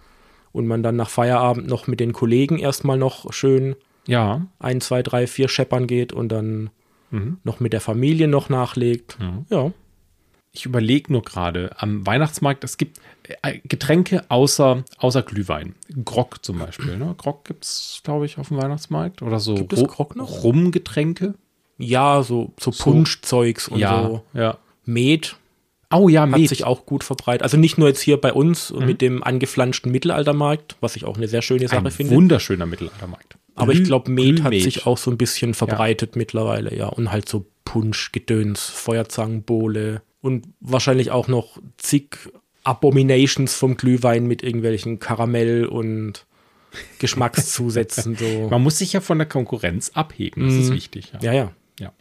Speaker 1: und man dann nach Feierabend noch mit den Kollegen erstmal noch schön
Speaker 2: Ja.
Speaker 1: ein, zwei, drei, vier scheppern geht und dann noch mit der Familie noch nachlegt. Ja.
Speaker 2: Ich überlege nur gerade, am Weihnachtsmarkt, es gibt äh, Getränke außer, außer Glühwein. Grog zum Beispiel. Ne? Grog gibt es, glaube ich, auf dem Weihnachtsmarkt. Oder so
Speaker 1: Gibt es
Speaker 2: Ru-
Speaker 1: Grog noch?
Speaker 2: Rumgetränke.
Speaker 1: Ja, so, so Punschzeugs und
Speaker 2: ja,
Speaker 1: so.
Speaker 2: ja.
Speaker 1: Met
Speaker 2: Oh ja,
Speaker 1: hat
Speaker 2: Met.
Speaker 1: sich auch gut verbreitet. Also nicht nur jetzt hier bei uns mit dem angeflanschten Mittelaltermarkt, was ich auch eine sehr schöne Sache
Speaker 2: Ein
Speaker 1: finde.
Speaker 2: wunderschöner Mittelaltermarkt.
Speaker 1: Aber ich glaube, Met hat
Speaker 2: Glühmet.
Speaker 1: sich auch so ein bisschen verbreitet mittlerweile, ja. Und halt so Punsch, Gedöns, Feuerzangenbowle und wahrscheinlich auch noch zig Abominations vom Glühwein mit irgendwelchen Karamell und Geschmackszusätzen so.
Speaker 2: Man muss sich ja von der Konkurrenz abheben. Das ist wichtig. Ja.
Speaker 1: Mhm. Ja, ja.
Speaker 2: Ja.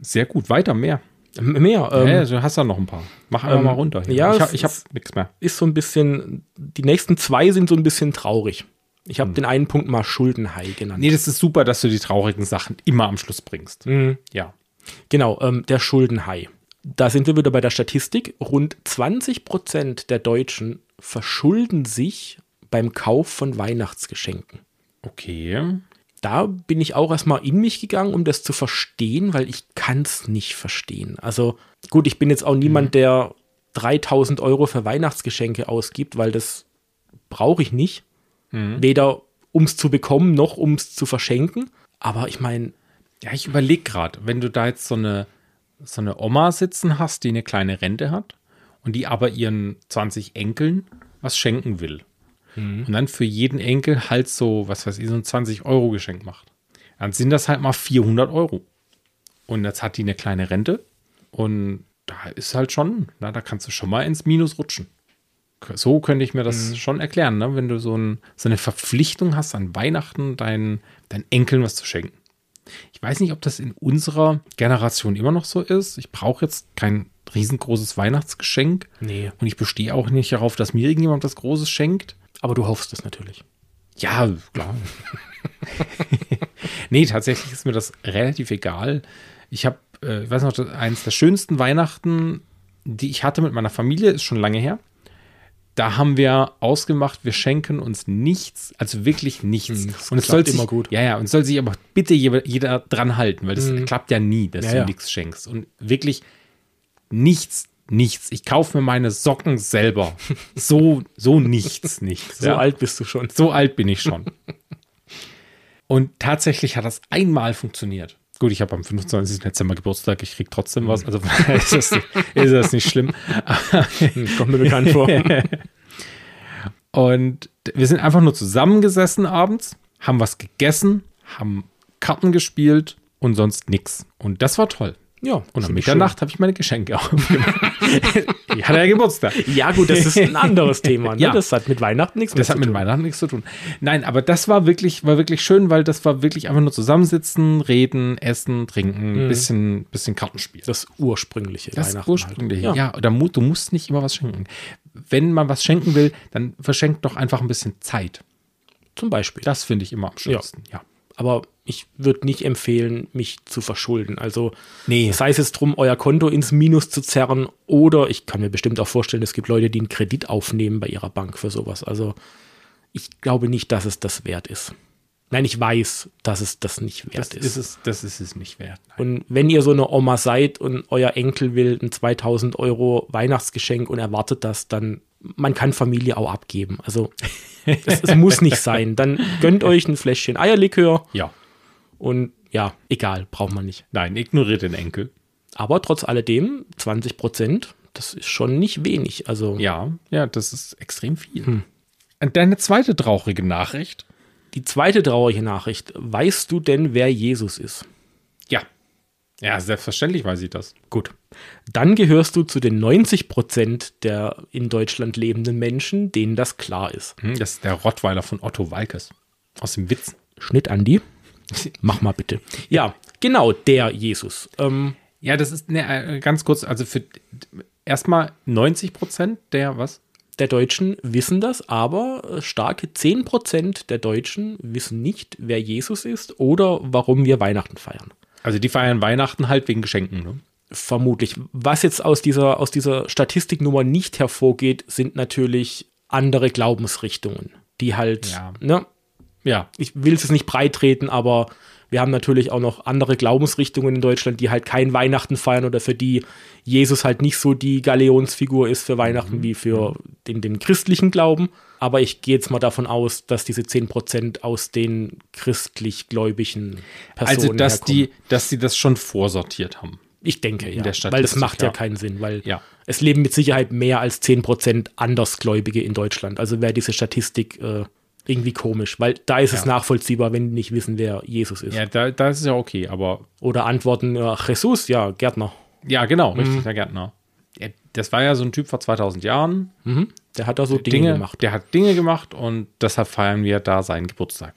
Speaker 2: Sehr gut. Weiter, mehr.
Speaker 1: M- Mehr. Ähm,
Speaker 2: ja, ja, du also hast da noch ein paar. Mach einfach
Speaker 1: ähm,
Speaker 2: mal runter. hier.
Speaker 1: ja,
Speaker 2: ich
Speaker 1: es
Speaker 2: habe ich hab
Speaker 1: ist-
Speaker 2: nichts mehr.
Speaker 1: Ist so ein bisschen, die nächsten zwei sind so ein bisschen traurig. Ich
Speaker 2: Hm.
Speaker 1: habe den einen Punkt mal Schuldenhai genannt.
Speaker 2: Nee, das ist super, dass du die traurigen Sachen immer am Schluss bringst.
Speaker 1: Mhm.
Speaker 2: Ja.
Speaker 1: Genau, ähm, der Schuldenhai. Da sind wir wieder bei der Statistik. Rund 20 Prozent der Deutschen verschulden sich beim Kauf von Weihnachtsgeschenken.
Speaker 2: Okay.
Speaker 1: Da bin ich auch erstmal in mich gegangen, um das zu verstehen, weil ich kann es nicht verstehen. Also gut, ich bin jetzt auch niemand, der 3000 Euro für Weihnachtsgeschenke ausgibt, weil das brauche ich nicht. Weder um es zu bekommen, noch um es zu verschenken. Aber ich meine,
Speaker 2: Ja, ich überlege gerade, wenn du da jetzt so eine, so eine Oma sitzen hast, die eine kleine Rente hat und die aber ihren 20 Enkeln was schenken will. Und dann für jeden Enkel halt so, was weiß ich, so ein 20-Euro-Geschenk macht. Dann sind das halt mal 400 Euro. Und jetzt hat die eine kleine Rente und da ist halt schon, na, da kannst du schon mal ins Minus rutschen. So könnte ich mir das schon erklären, ne? wenn du so, ein, so eine Verpflichtung hast, an Weihnachten deinen, deinen Enkeln was zu schenken. Ich weiß nicht, ob das in unserer Generation immer noch so ist. Ich brauche jetzt kein riesengroßes Weihnachtsgeschenk.
Speaker 1: Nee.
Speaker 2: Und ich bestehe auch nicht darauf, dass mir irgendjemand was Großes schenkt.
Speaker 1: aber du hoffst es natürlich.
Speaker 2: Ja, klar. nee, tatsächlich ist mir das relativ egal. Ich habe, äh, ich weiß noch, das- eins der schönsten Weihnachten, die ich hatte mit meiner Familie, ist schon lange her. Da haben wir ausgemacht, wir schenken uns nichts, also wirklich nichts.
Speaker 1: Mhm, das
Speaker 2: und es soll
Speaker 1: klappt
Speaker 2: sich,
Speaker 1: immer gut. Hm.
Speaker 2: Ja, ja, und es soll sich aber bitte jeder, jeder dran halten, weil das klappt ja nie, dass
Speaker 1: Ja,
Speaker 2: du
Speaker 1: ja.
Speaker 2: nichts schenkst. Und wirklich nichts, nichts. Ich kaufe mir meine Socken selber. So, so nichts, nichts.
Speaker 1: So
Speaker 2: ja.
Speaker 1: alt bist du schon.
Speaker 2: So alt bin ich schon. Und tatsächlich hat das einmal funktioniert. Gut, ich habe am 25. Dezember Geburtstag, ich kriege trotzdem was, also von daher ist das nicht, ist das nicht schlimm.
Speaker 1: Hm, Kommt mir bekannt vor.
Speaker 2: Und wir sind einfach nur zusammengesessen abends, haben was gegessen, haben Karten gespielt und sonst nix. Und das war toll.
Speaker 1: Ja,
Speaker 2: Und am
Speaker 1: ziemlich
Speaker 2: Mitternacht habe ich meine Geschenke aufgemacht. ich hatte ja Geburtstag.
Speaker 1: schön. Ja, gut, das ist ein anderes Thema. Ne?
Speaker 2: Ja.
Speaker 1: Das hat mit Weihnachten nichts
Speaker 2: Das
Speaker 1: mehr
Speaker 2: hat
Speaker 1: zu
Speaker 2: mit
Speaker 1: tun.
Speaker 2: Weihnachten nichts zu tun. Nein, aber das war wirklich, war wirklich schön, weil das war wirklich einfach nur zusammensitzen, reden, essen, trinken, bisschen, bisschen Kartenspiel.
Speaker 1: Das ursprüngliche
Speaker 2: Das
Speaker 1: Weihnachten.
Speaker 2: ursprüngliche.
Speaker 1: Halt. Ja.
Speaker 2: Ja, da mu du musst nicht immer was schenken. Wenn man was schenken will, dann verschenkt doch einfach ein bisschen Zeit.
Speaker 1: zum Beispiel.
Speaker 2: Das finde ich immer am schönsten. Ja.
Speaker 1: Aber ich würde nicht empfehlen, mich zu verschulden. Also
Speaker 2: Nee.
Speaker 1: sei es jetzt drum, euer Konto ins Minus zu zerren oder ich kann mir bestimmt auch vorstellen, es gibt Leute, die einen Kredit aufnehmen bei ihrer Bank für sowas. Also ich glaube nicht, dass es das wert ist. Nein, ich weiß, dass es das nicht wert
Speaker 2: Das
Speaker 1: ist.
Speaker 2: ist es, das ist es nicht wert. Nein.
Speaker 1: Und wenn ihr so eine Oma seid und euer Enkel will ein 2000 Euro Weihnachtsgeschenk und erwartet das, dann man kann Familie auch abgeben. Also es, es muss nicht sein. Dann gönnt euch ein Fläschchen Eierlikör
Speaker 2: Ja,
Speaker 1: und ja, egal, braucht man nicht.
Speaker 2: nein, ignoriert den Enkel.
Speaker 1: Aber trotz alledem, 20 Prozent, das ist schon nicht wenig. Also
Speaker 2: Ja, ja, das ist extrem viel. Und deine zweite traurige Nachricht?
Speaker 1: die zweite traurige Nachricht. Weißt du denn, wer Jesus ist?
Speaker 2: Ja. Ja, selbstverständlich weiß ich das.
Speaker 1: Gut. Dann gehörst du zu den 90 Prozent der in Deutschland lebenden Menschen, denen das klar ist.
Speaker 2: Hm, Das ist der Rottweiler von Otto Walkes. Aus dem Witz.
Speaker 1: Schnitt, Andi. Mach mal bitte. Ja, genau, der Jesus. Ähm,
Speaker 2: Ja, das ist ne, äh, ganz kurz, also für erstmal 90 Prozent der was?
Speaker 1: der Deutschen wissen das, aber äh, starke 10% der Deutschen wissen nicht, wer Jesus ist oder warum wir Weihnachten feiern.
Speaker 2: Also die feiern Weihnachten halt wegen Geschenken, ne?
Speaker 1: Vermutlich. Was jetzt aus dieser, aus dieser Statistiknummer nicht hervorgeht, sind natürlich andere Glaubensrichtungen, die halt,
Speaker 2: Ja.
Speaker 1: ne,
Speaker 2: Ja.
Speaker 1: ich will es jetzt nicht breitreten, aber wir haben natürlich auch noch andere Glaubensrichtungen in Deutschland, die halt kein Weihnachten feiern oder für die Jesus halt nicht so die Galeonsfigur ist für Weihnachten
Speaker 2: Mhm.
Speaker 1: wie für den, den christlichen Glauben. Aber ich gehe jetzt mal davon aus, dass diese 10% aus den christlich-gläubigen Personen
Speaker 2: Also, dass
Speaker 1: herkommen.
Speaker 2: die, dass sie das schon vorsortiert haben.
Speaker 1: ich denke, ja, weil
Speaker 2: der
Speaker 1: das
Speaker 2: Statistik,
Speaker 1: macht ja,
Speaker 2: ja.
Speaker 1: keinen Sinn, weil
Speaker 2: Ja.
Speaker 1: es leben mit Sicherheit mehr als 10% Andersgläubige in Deutschland. Also wäre diese Statistik äh, irgendwie komisch, weil da ist es
Speaker 2: Ja.
Speaker 1: nachvollziehbar, wenn die nicht wissen, wer Jesus ist.
Speaker 2: Ja, da, da ist es ja okay, aber
Speaker 1: Oder antworten, ja, Jesus, ja, Gärtner.
Speaker 2: ja, genau, richtig, der Gärtner. Der- Das war ja so ein Typ vor 2000 Jahren.
Speaker 1: Der hat da so Dinge,
Speaker 2: Mhm. Dinge
Speaker 1: gemacht.
Speaker 2: Der hat Dinge gemacht und deshalb feiern wir da seinen Geburtstag.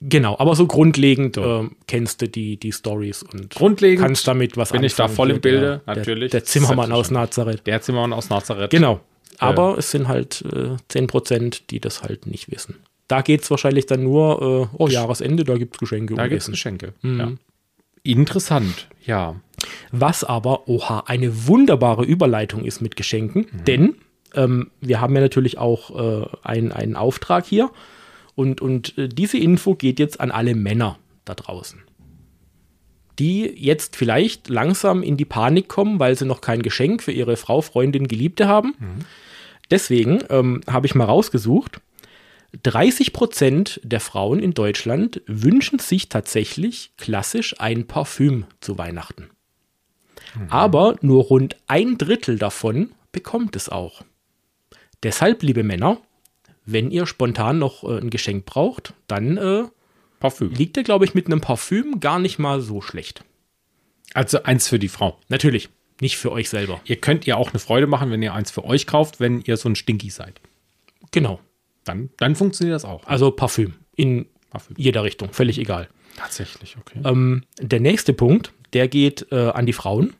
Speaker 1: Genau, aber so grundlegend ähm, kennst du die, die Stories und
Speaker 2: Grundlegend
Speaker 1: kannst damit was
Speaker 2: bin ich da
Speaker 1: anfangen.
Speaker 2: voll im
Speaker 1: So
Speaker 2: Bilde,
Speaker 1: der,
Speaker 2: natürlich.
Speaker 1: Der, der Zimmermann aus
Speaker 2: Selbstverständlich.
Speaker 1: Nazareth.
Speaker 2: Der Zimmermann aus Nazareth.
Speaker 1: Genau. Aber es sind halt äh, 10%, die das halt nicht wissen. Da geht es wahrscheinlich dann nur, äh, oh, Jahresende, da gibt es Geschenke
Speaker 2: Da
Speaker 1: und
Speaker 2: gibt es
Speaker 1: Essen.
Speaker 2: Geschenke. Ja. Interessant, ja.
Speaker 1: Was aber, oha, eine wunderbare Überleitung ist mit Geschenken, denn ähm, wir haben ja natürlich auch äh, einen, einen Auftrag hier und, und äh, diese Info geht jetzt an alle Männer da draußen, die jetzt vielleicht langsam in die Panik kommen, weil sie noch kein Geschenk für ihre Frau, Freundin, Geliebte haben. Deswegen ähm, habe ich mal rausgesucht, 30 Prozent der Frauen in Deutschland wünschen sich tatsächlich klassisch ein Parfüm zu Weihnachten. Aber nur rund ein Drittel davon bekommt es auch. Deshalb, liebe Männer, wenn ihr spontan noch äh, ein Geschenk braucht, dann äh,
Speaker 2: Parfüm.
Speaker 1: liegt ihr, glaube ich, mit einem Parfüm gar nicht mal so schlecht.
Speaker 2: Also eins für die Frau.
Speaker 1: Natürlich, nicht für euch selber.
Speaker 2: Ihr könnt ihr auch eine Freude machen, wenn ihr eins für euch kauft, wenn ihr so ein Stinky seid.
Speaker 1: Genau.
Speaker 2: Dann, dann funktioniert das auch.
Speaker 1: Also Parfüm in
Speaker 2: Parfüm.
Speaker 1: jeder Richtung, völlig egal.
Speaker 2: Tatsächlich, okay.
Speaker 1: Ähm, der nächste Punkt, der geht äh, an die Frauen.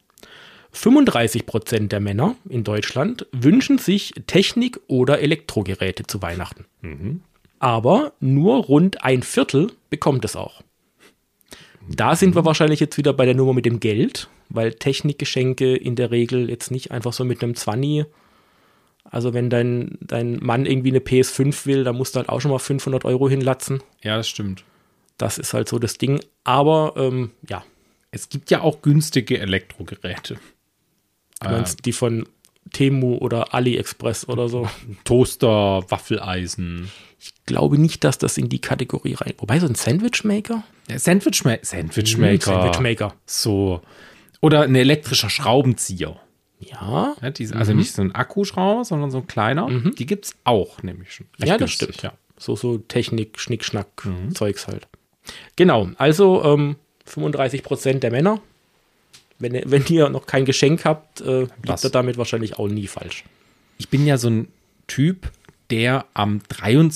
Speaker 1: 35 Prozent der Männer in Deutschland wünschen sich Technik oder Elektrogeräte zu Weihnachten. Aber nur rund ein Viertel bekommt es auch. Da sind wir wahrscheinlich jetzt wieder bei der Nummer mit dem Geld, weil Technikgeschenke in der Regel jetzt nicht einfach so mit einem 20. Also wenn dein, dein Mann irgendwie eine PS5 will, dann musst du halt auch schon mal 500 Euro hinlatzen.
Speaker 2: ja, das stimmt.
Speaker 1: Das ist halt so das Ding. Aber ähm, ja,
Speaker 2: Es gibt ja auch günstige Elektrogeräte.
Speaker 1: Du meinst die von Temu oder AliExpress oder so?
Speaker 2: Toaster, Waffeleisen.
Speaker 1: Ich glaube nicht, dass das in die Kategorie rein. Wobei so ein Sandwichmaker? Hm,
Speaker 2: Ja, Sandwichma Sandwichmaker.
Speaker 1: Sandwichmaker.
Speaker 2: So. Oder ein elektrischer Schraubenzieher.
Speaker 1: Ja.
Speaker 2: Ja, die, also nicht so ein Akkuschrauber, sondern so ein kleiner. Die gibt es auch nämlich schon. Recht
Speaker 1: Ja, das
Speaker 2: günstig,
Speaker 1: stimmt.
Speaker 2: Ja.
Speaker 1: So, so Technik, Schnickschnack, Zeugs halt. Genau, also ähm, 35 Prozent der Männer. Wenn, ihr- wenn ihr noch kein Geschenk habt, äh, liegt
Speaker 2: Lass.
Speaker 1: ihr damit wahrscheinlich auch nie falsch.
Speaker 2: Ich bin ja so ein Typ, der am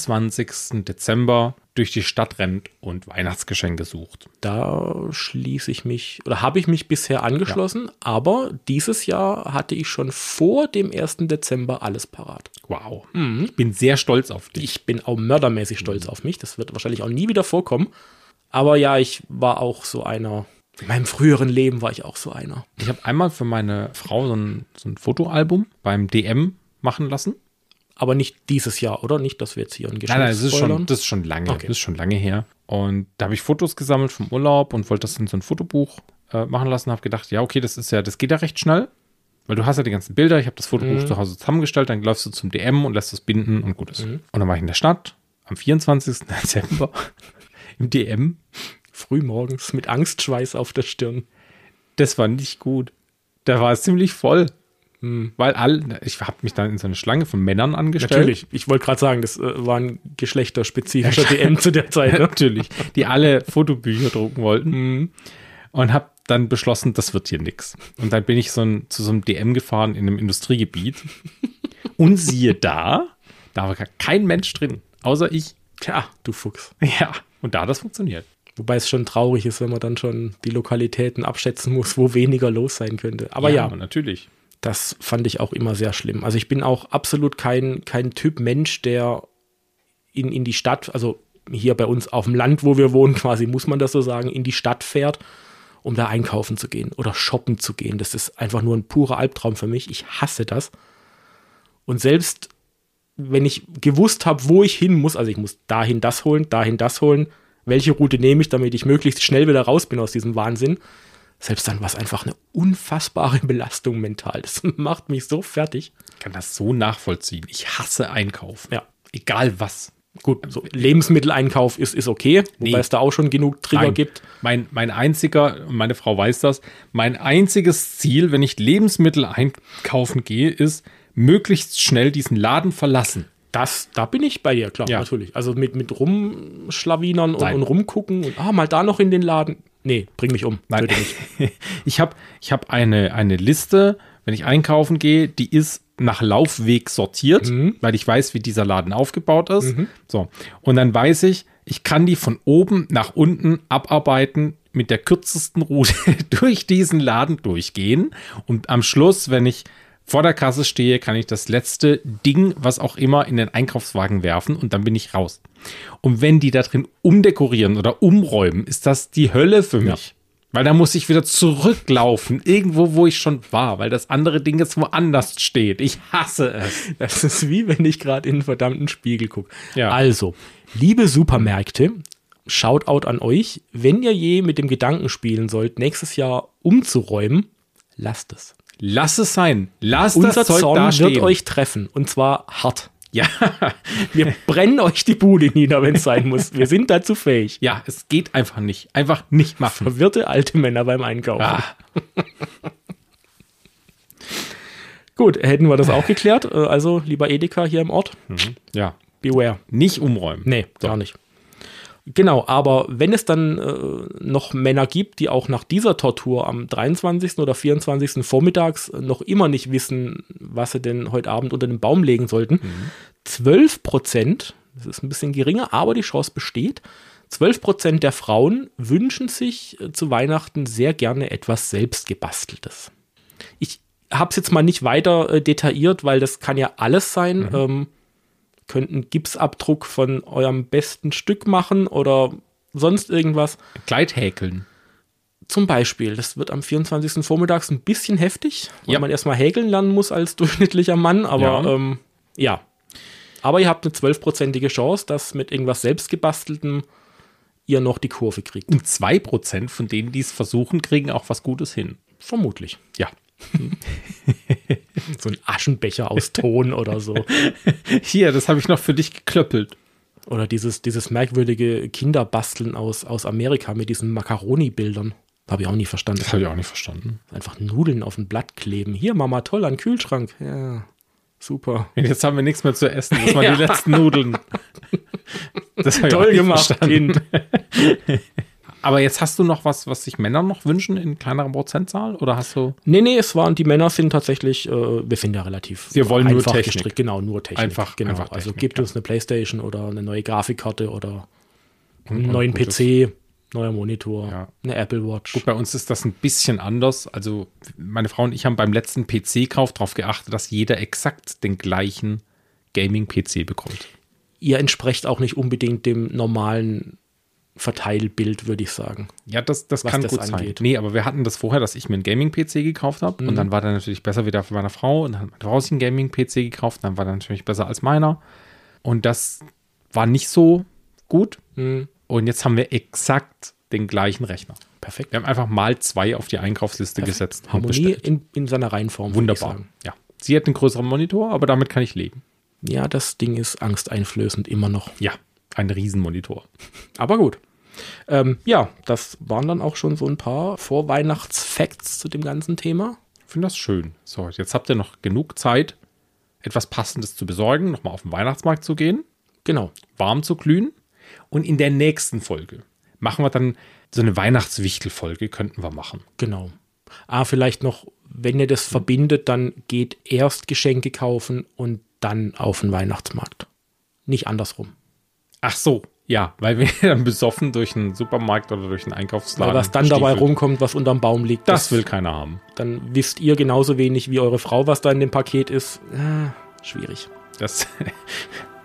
Speaker 2: 23. Dezember durch die Stadt rennt und Weihnachtsgeschenke sucht.
Speaker 1: Da schließe ich mich oder habe ich mich bisher angeschlossen, aber dieses Jahr hatte ich schon vor dem 1. Dezember alles parat.
Speaker 2: Wow. Ich bin sehr stolz auf dich.
Speaker 1: Ich bin auch mördermäßig stolz
Speaker 2: Mhm.
Speaker 1: auf mich. Das wird wahrscheinlich auch nie wieder vorkommen. Aber ja, ich war auch so einer. In meinem früheren Leben war ich auch so einer.
Speaker 2: Ich habe einmal für meine Frau so ein, so ein Fotoalbum beim DM machen lassen.
Speaker 1: Aber nicht dieses Jahr, oder? Nicht, dass wir jetzt hier ein Geschenk
Speaker 2: Nein, nein, das ist schon,
Speaker 1: spoilern.
Speaker 2: das ist schon lange, das ist schon lange her. Und da habe ich Fotos gesammelt vom Urlaub und wollte das in so ein Fotobuch äh, machen lassen. Habe gedacht, ja, okay, das ist ja, das geht ja recht schnell. Weil du hast ja die ganzen Bilder, ich habe das
Speaker 1: Mhm.
Speaker 2: Fotobuch zu Hause zusammengestellt, dann läufst du zum DM und lässt es binden und gut ist.
Speaker 1: Mhm.
Speaker 2: Und dann war ich in der Stadt am 24. Dezember im DM.
Speaker 1: Frühmorgens mit Angstschweiß auf der Stirn.
Speaker 2: Das war nicht gut. Da war es ziemlich voll.
Speaker 1: Mhm.
Speaker 2: Weil all, ich habe mich dann in so eine Schlange von Männern angestellt.
Speaker 1: Natürlich. Ich wollte gerade sagen, das äh, war ein geschlechterspezifischer DM zu der Zeit. Ne?
Speaker 2: natürlich, die alle Fotobücher drucken wollten
Speaker 1: Mhm.
Speaker 2: und habe dann beschlossen, das wird hier nix. Und dann bin ich so ein, zu so einem DM gefahren in einem Industriegebiet und siehe da, da war gar kein Mensch drin, außer ich.
Speaker 1: Tja, du Fuchs.
Speaker 2: Ja, und da hat das funktioniert.
Speaker 1: Wobei es schon traurig ist, wenn man dann schon die Lokalitäten abschätzen muss, wo weniger los sein könnte. Aber ja,
Speaker 2: natürlich.
Speaker 1: das fand ich auch immer sehr schlimm. Also ich bin auch absolut kein, kein Typ Mensch, der in, in die Stadt, also hier bei uns auf dem Land, wo wir wohnen, quasi muss man das so sagen, in die Stadt fährt, um da einkaufen zu gehen oder shoppen zu gehen. Das ist einfach nur ein purer Albtraum für mich. Ich hasse das. Und selbst wenn ich gewusst habe, wo ich hin muss, also ich muss dahin das holen, dahin das holen, welche Route nehme ich, damit ich möglichst schnell wieder raus bin aus diesem Wahnsinn, selbst dann war es einfach eine unfassbare Belastung mental. Das macht mich so fertig.
Speaker 2: Ich kann das so nachvollziehen. Ich hasse Einkaufen.
Speaker 1: Ja.
Speaker 2: Egal was.
Speaker 1: Gut, so Lebensmitteleinkauf ist, ist okay,
Speaker 2: Nee.
Speaker 1: wobei es da auch schon genug Trigger
Speaker 2: Nein.
Speaker 1: gibt.
Speaker 2: Mein, mein einziger, und meine Frau weiß das, mein einziges Ziel, wenn ich Lebensmittel einkaufen gehe, ist, möglichst schnell diesen Laden verlassen.
Speaker 1: Das, da bin ich bei dir, klar,
Speaker 2: Ja.
Speaker 1: natürlich. Also mit, mit Rumschlawinern und,
Speaker 2: Nein.
Speaker 1: und rumgucken und ah, mal da noch in den Laden. Nee, bring mich um.
Speaker 2: Nein,
Speaker 1: Töte mich.
Speaker 2: ich habe ich hab eine, eine Liste, wenn ich einkaufen gehe, die ist nach Laufweg sortiert,
Speaker 1: Mhm.
Speaker 2: weil ich weiß, wie dieser Laden aufgebaut ist. So. Und dann weiß ich, ich kann die von oben nach unten abarbeiten, mit der kürzesten Route durch diesen Laden durchgehen. Und am Schluss, wenn ich vor der Kasse stehe, kann ich das letzte Ding, was auch immer, in den Einkaufswagen werfen und dann bin ich raus. Und wenn die da drin umdekorieren oder umräumen, ist das die Hölle für mich. Weil da muss ich wieder zurücklaufen, irgendwo, wo ich schon war, weil das andere Ding jetzt woanders steht. Ich hasse es.
Speaker 1: Das ist wie wenn ich gerade in einen verdammten Spiegel gucke.
Speaker 2: Ja.
Speaker 1: Also, liebe Supermärkte, Shoutout an euch. Wenn ihr je mit dem Gedanken spielen sollt, nächstes Jahr umzuräumen, lasst es.
Speaker 2: Lass es sein. Lass
Speaker 1: Unser
Speaker 2: das Zeug
Speaker 1: Zorn
Speaker 2: da stehen.
Speaker 1: wird euch treffen und zwar hart.
Speaker 2: ja.
Speaker 1: Wir brennen euch die Bude nieder, wenn es sein muss. Wir sind dazu fähig.
Speaker 2: ja, es geht einfach nicht. Einfach nicht machen.
Speaker 1: Verwirrte alte Männer beim Einkaufen.
Speaker 2: Ah,
Speaker 1: Gut, hätten wir das auch geklärt. Äh, Also, lieber Edeka hier im Ort,
Speaker 2: ja.
Speaker 1: beware.
Speaker 2: Nicht umräumen.
Speaker 1: Nee, gar nicht. Genau, aber wenn es dann äh, noch Männer gibt, die auch nach dieser Tortur am 23. oder 24. vormittags äh, noch immer nicht wissen, was sie denn heute Abend unter den Baum legen sollten, 12 Prozent, das ist ein bisschen geringer, aber die Chance besteht, 12 Prozent der Frauen wünschen sich äh, zu Weihnachten sehr gerne etwas selbstgebasteltes. Ich habe es jetzt mal nicht weiter äh, detailliert, weil das kann ja alles sein. Ähm, könnt einen Gipsabdruck von eurem besten Stück machen oder sonst irgendwas.
Speaker 2: Kleid häkeln.
Speaker 1: Zum Beispiel, das wird am 24. vormittags ein bisschen heftig, weil
Speaker 2: Ja.
Speaker 1: man erstmal häkeln lernen muss als durchschnittlicher Mann, aber ja.
Speaker 2: Ja.
Speaker 1: Ähm, ja. Aber ihr habt eine zwölfprozentige Chance, dass mit irgendwas selbstgebasteltem ihr noch die Kurve kriegt.
Speaker 2: Und 2% von denen, die es versuchen, kriegen auch was Gutes hin.
Speaker 1: Vermutlich.
Speaker 2: Ja.
Speaker 1: So ein Aschenbecher aus Ton oder so.
Speaker 2: Hier, das habe ich noch für dich geklöppelt.
Speaker 1: Oder dieses, dieses merkwürdige Kinderbasteln aus, aus Amerika mit diesen Macaroni-Bildern. Habe ich auch nie verstanden.
Speaker 2: Das habe ich auch nicht verstanden.
Speaker 1: Einfach Nudeln auf ein Blatt kleben. Hier, Mama, toll, an den Kühlschrank. Ja, super.
Speaker 2: Jetzt haben wir nichts mehr zu essen. Das waren die
Speaker 1: Ja.
Speaker 2: letzten Nudeln. Das habe ich auch
Speaker 1: Toll
Speaker 2: nicht
Speaker 1: gemacht, Kind.
Speaker 2: Aber jetzt hast du noch was, was sich Männer noch wünschen in kleinerer Prozentzahl? Oder hast du
Speaker 1: Nee, nee, es waren, die Männer sind tatsächlich, äh, wir sind ja relativ
Speaker 2: Wir wollen nur
Speaker 1: einfach
Speaker 2: Technik.
Speaker 1: gestrickt. Genau, nur Technik.
Speaker 2: Einfach-
Speaker 1: genau.
Speaker 2: einfach
Speaker 1: also
Speaker 2: Technik,
Speaker 1: gibt
Speaker 2: ja.
Speaker 1: uns eine Playstation oder eine neue Grafikkarte oder einen
Speaker 2: und
Speaker 1: neuen
Speaker 2: gutes-
Speaker 1: PC, neuer Monitor,
Speaker 2: Ja.
Speaker 1: eine Apple Watch.
Speaker 2: Gut, bei uns ist das ein bisschen anders. Also, meine Frau und ich haben beim letzten PC-Kauf darauf geachtet, dass jeder exakt den gleichen Gaming-PC bekommt.
Speaker 1: Ihr entsprecht auch nicht unbedingt dem normalen Verteilbild, würde ich sagen.
Speaker 2: Ja, das, das
Speaker 1: Was
Speaker 2: kann
Speaker 1: das
Speaker 2: gut
Speaker 1: angeht.
Speaker 2: sein. Nee, aber wir hatten das vorher, dass ich mir einen Gaming-PC gekauft habe und dann war der natürlich besser wieder für meine Frau und dann hat meine Frau sich einen Gaming-PC gekauft und dann war der natürlich besser als meiner. Und das war nicht so gut. Und jetzt haben wir exakt den gleichen Rechner.
Speaker 1: Perfekt.
Speaker 2: Wir haben einfach mal zwei auf die Einkaufsliste gesetzt. und
Speaker 1: Harmonie
Speaker 2: bestellt.
Speaker 1: in, in seiner Reinform. würd ich
Speaker 2: Wunderbar.
Speaker 1: sagen.
Speaker 2: Ja. Sie hat einen größeren Monitor, aber damit kann ich leben.
Speaker 1: Ja, das Ding ist angsteinflößend immer noch.
Speaker 2: Ja, ein Riesenmonitor.
Speaker 1: Aber gut. Ähm, ja, das waren dann auch schon so ein paar Vorweihnachts-Facts zu dem ganzen Thema.
Speaker 2: Ich finde das schön. So, jetzt habt ihr noch genug Zeit, etwas Passendes zu besorgen, nochmal auf den Weihnachtsmarkt zu gehen,
Speaker 1: Genau.
Speaker 2: warm zu glühen. Und in der nächsten Folge machen wir dann so eine Weihnachtswichtelfolge, könnten wir machen.
Speaker 1: Genau. Ah, vielleicht noch, wenn ihr
Speaker 2: Mhm.
Speaker 1: das verbindet, dann geht erst Geschenke kaufen und dann auf den Weihnachtsmarkt. Nicht andersrum.
Speaker 2: Ach so, ja, weil wir dann besoffen durch einen Supermarkt oder durch einen Einkaufsladen.
Speaker 1: Weil was dann dabei
Speaker 2: stiefeln.
Speaker 1: rumkommt, was unterm Baum liegt,
Speaker 2: Das will keiner haben.
Speaker 1: dann wisst ihr genauso wenig wie eure Frau, was da in dem Paket ist. Ah, schwierig.
Speaker 2: Das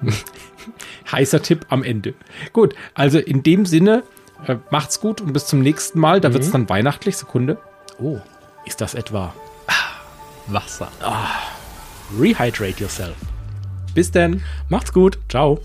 Speaker 2: heißer Tipp am Ende. Gut, also in dem Sinne, äh, macht's gut und bis zum nächsten Mal. Da wird's dann weihnachtlich. Sekunde.
Speaker 1: Oh, ist das etwa
Speaker 2: Wasser.
Speaker 1: Rehydrate Yourself?
Speaker 2: Bis dann.
Speaker 1: Macht's gut. Ciao.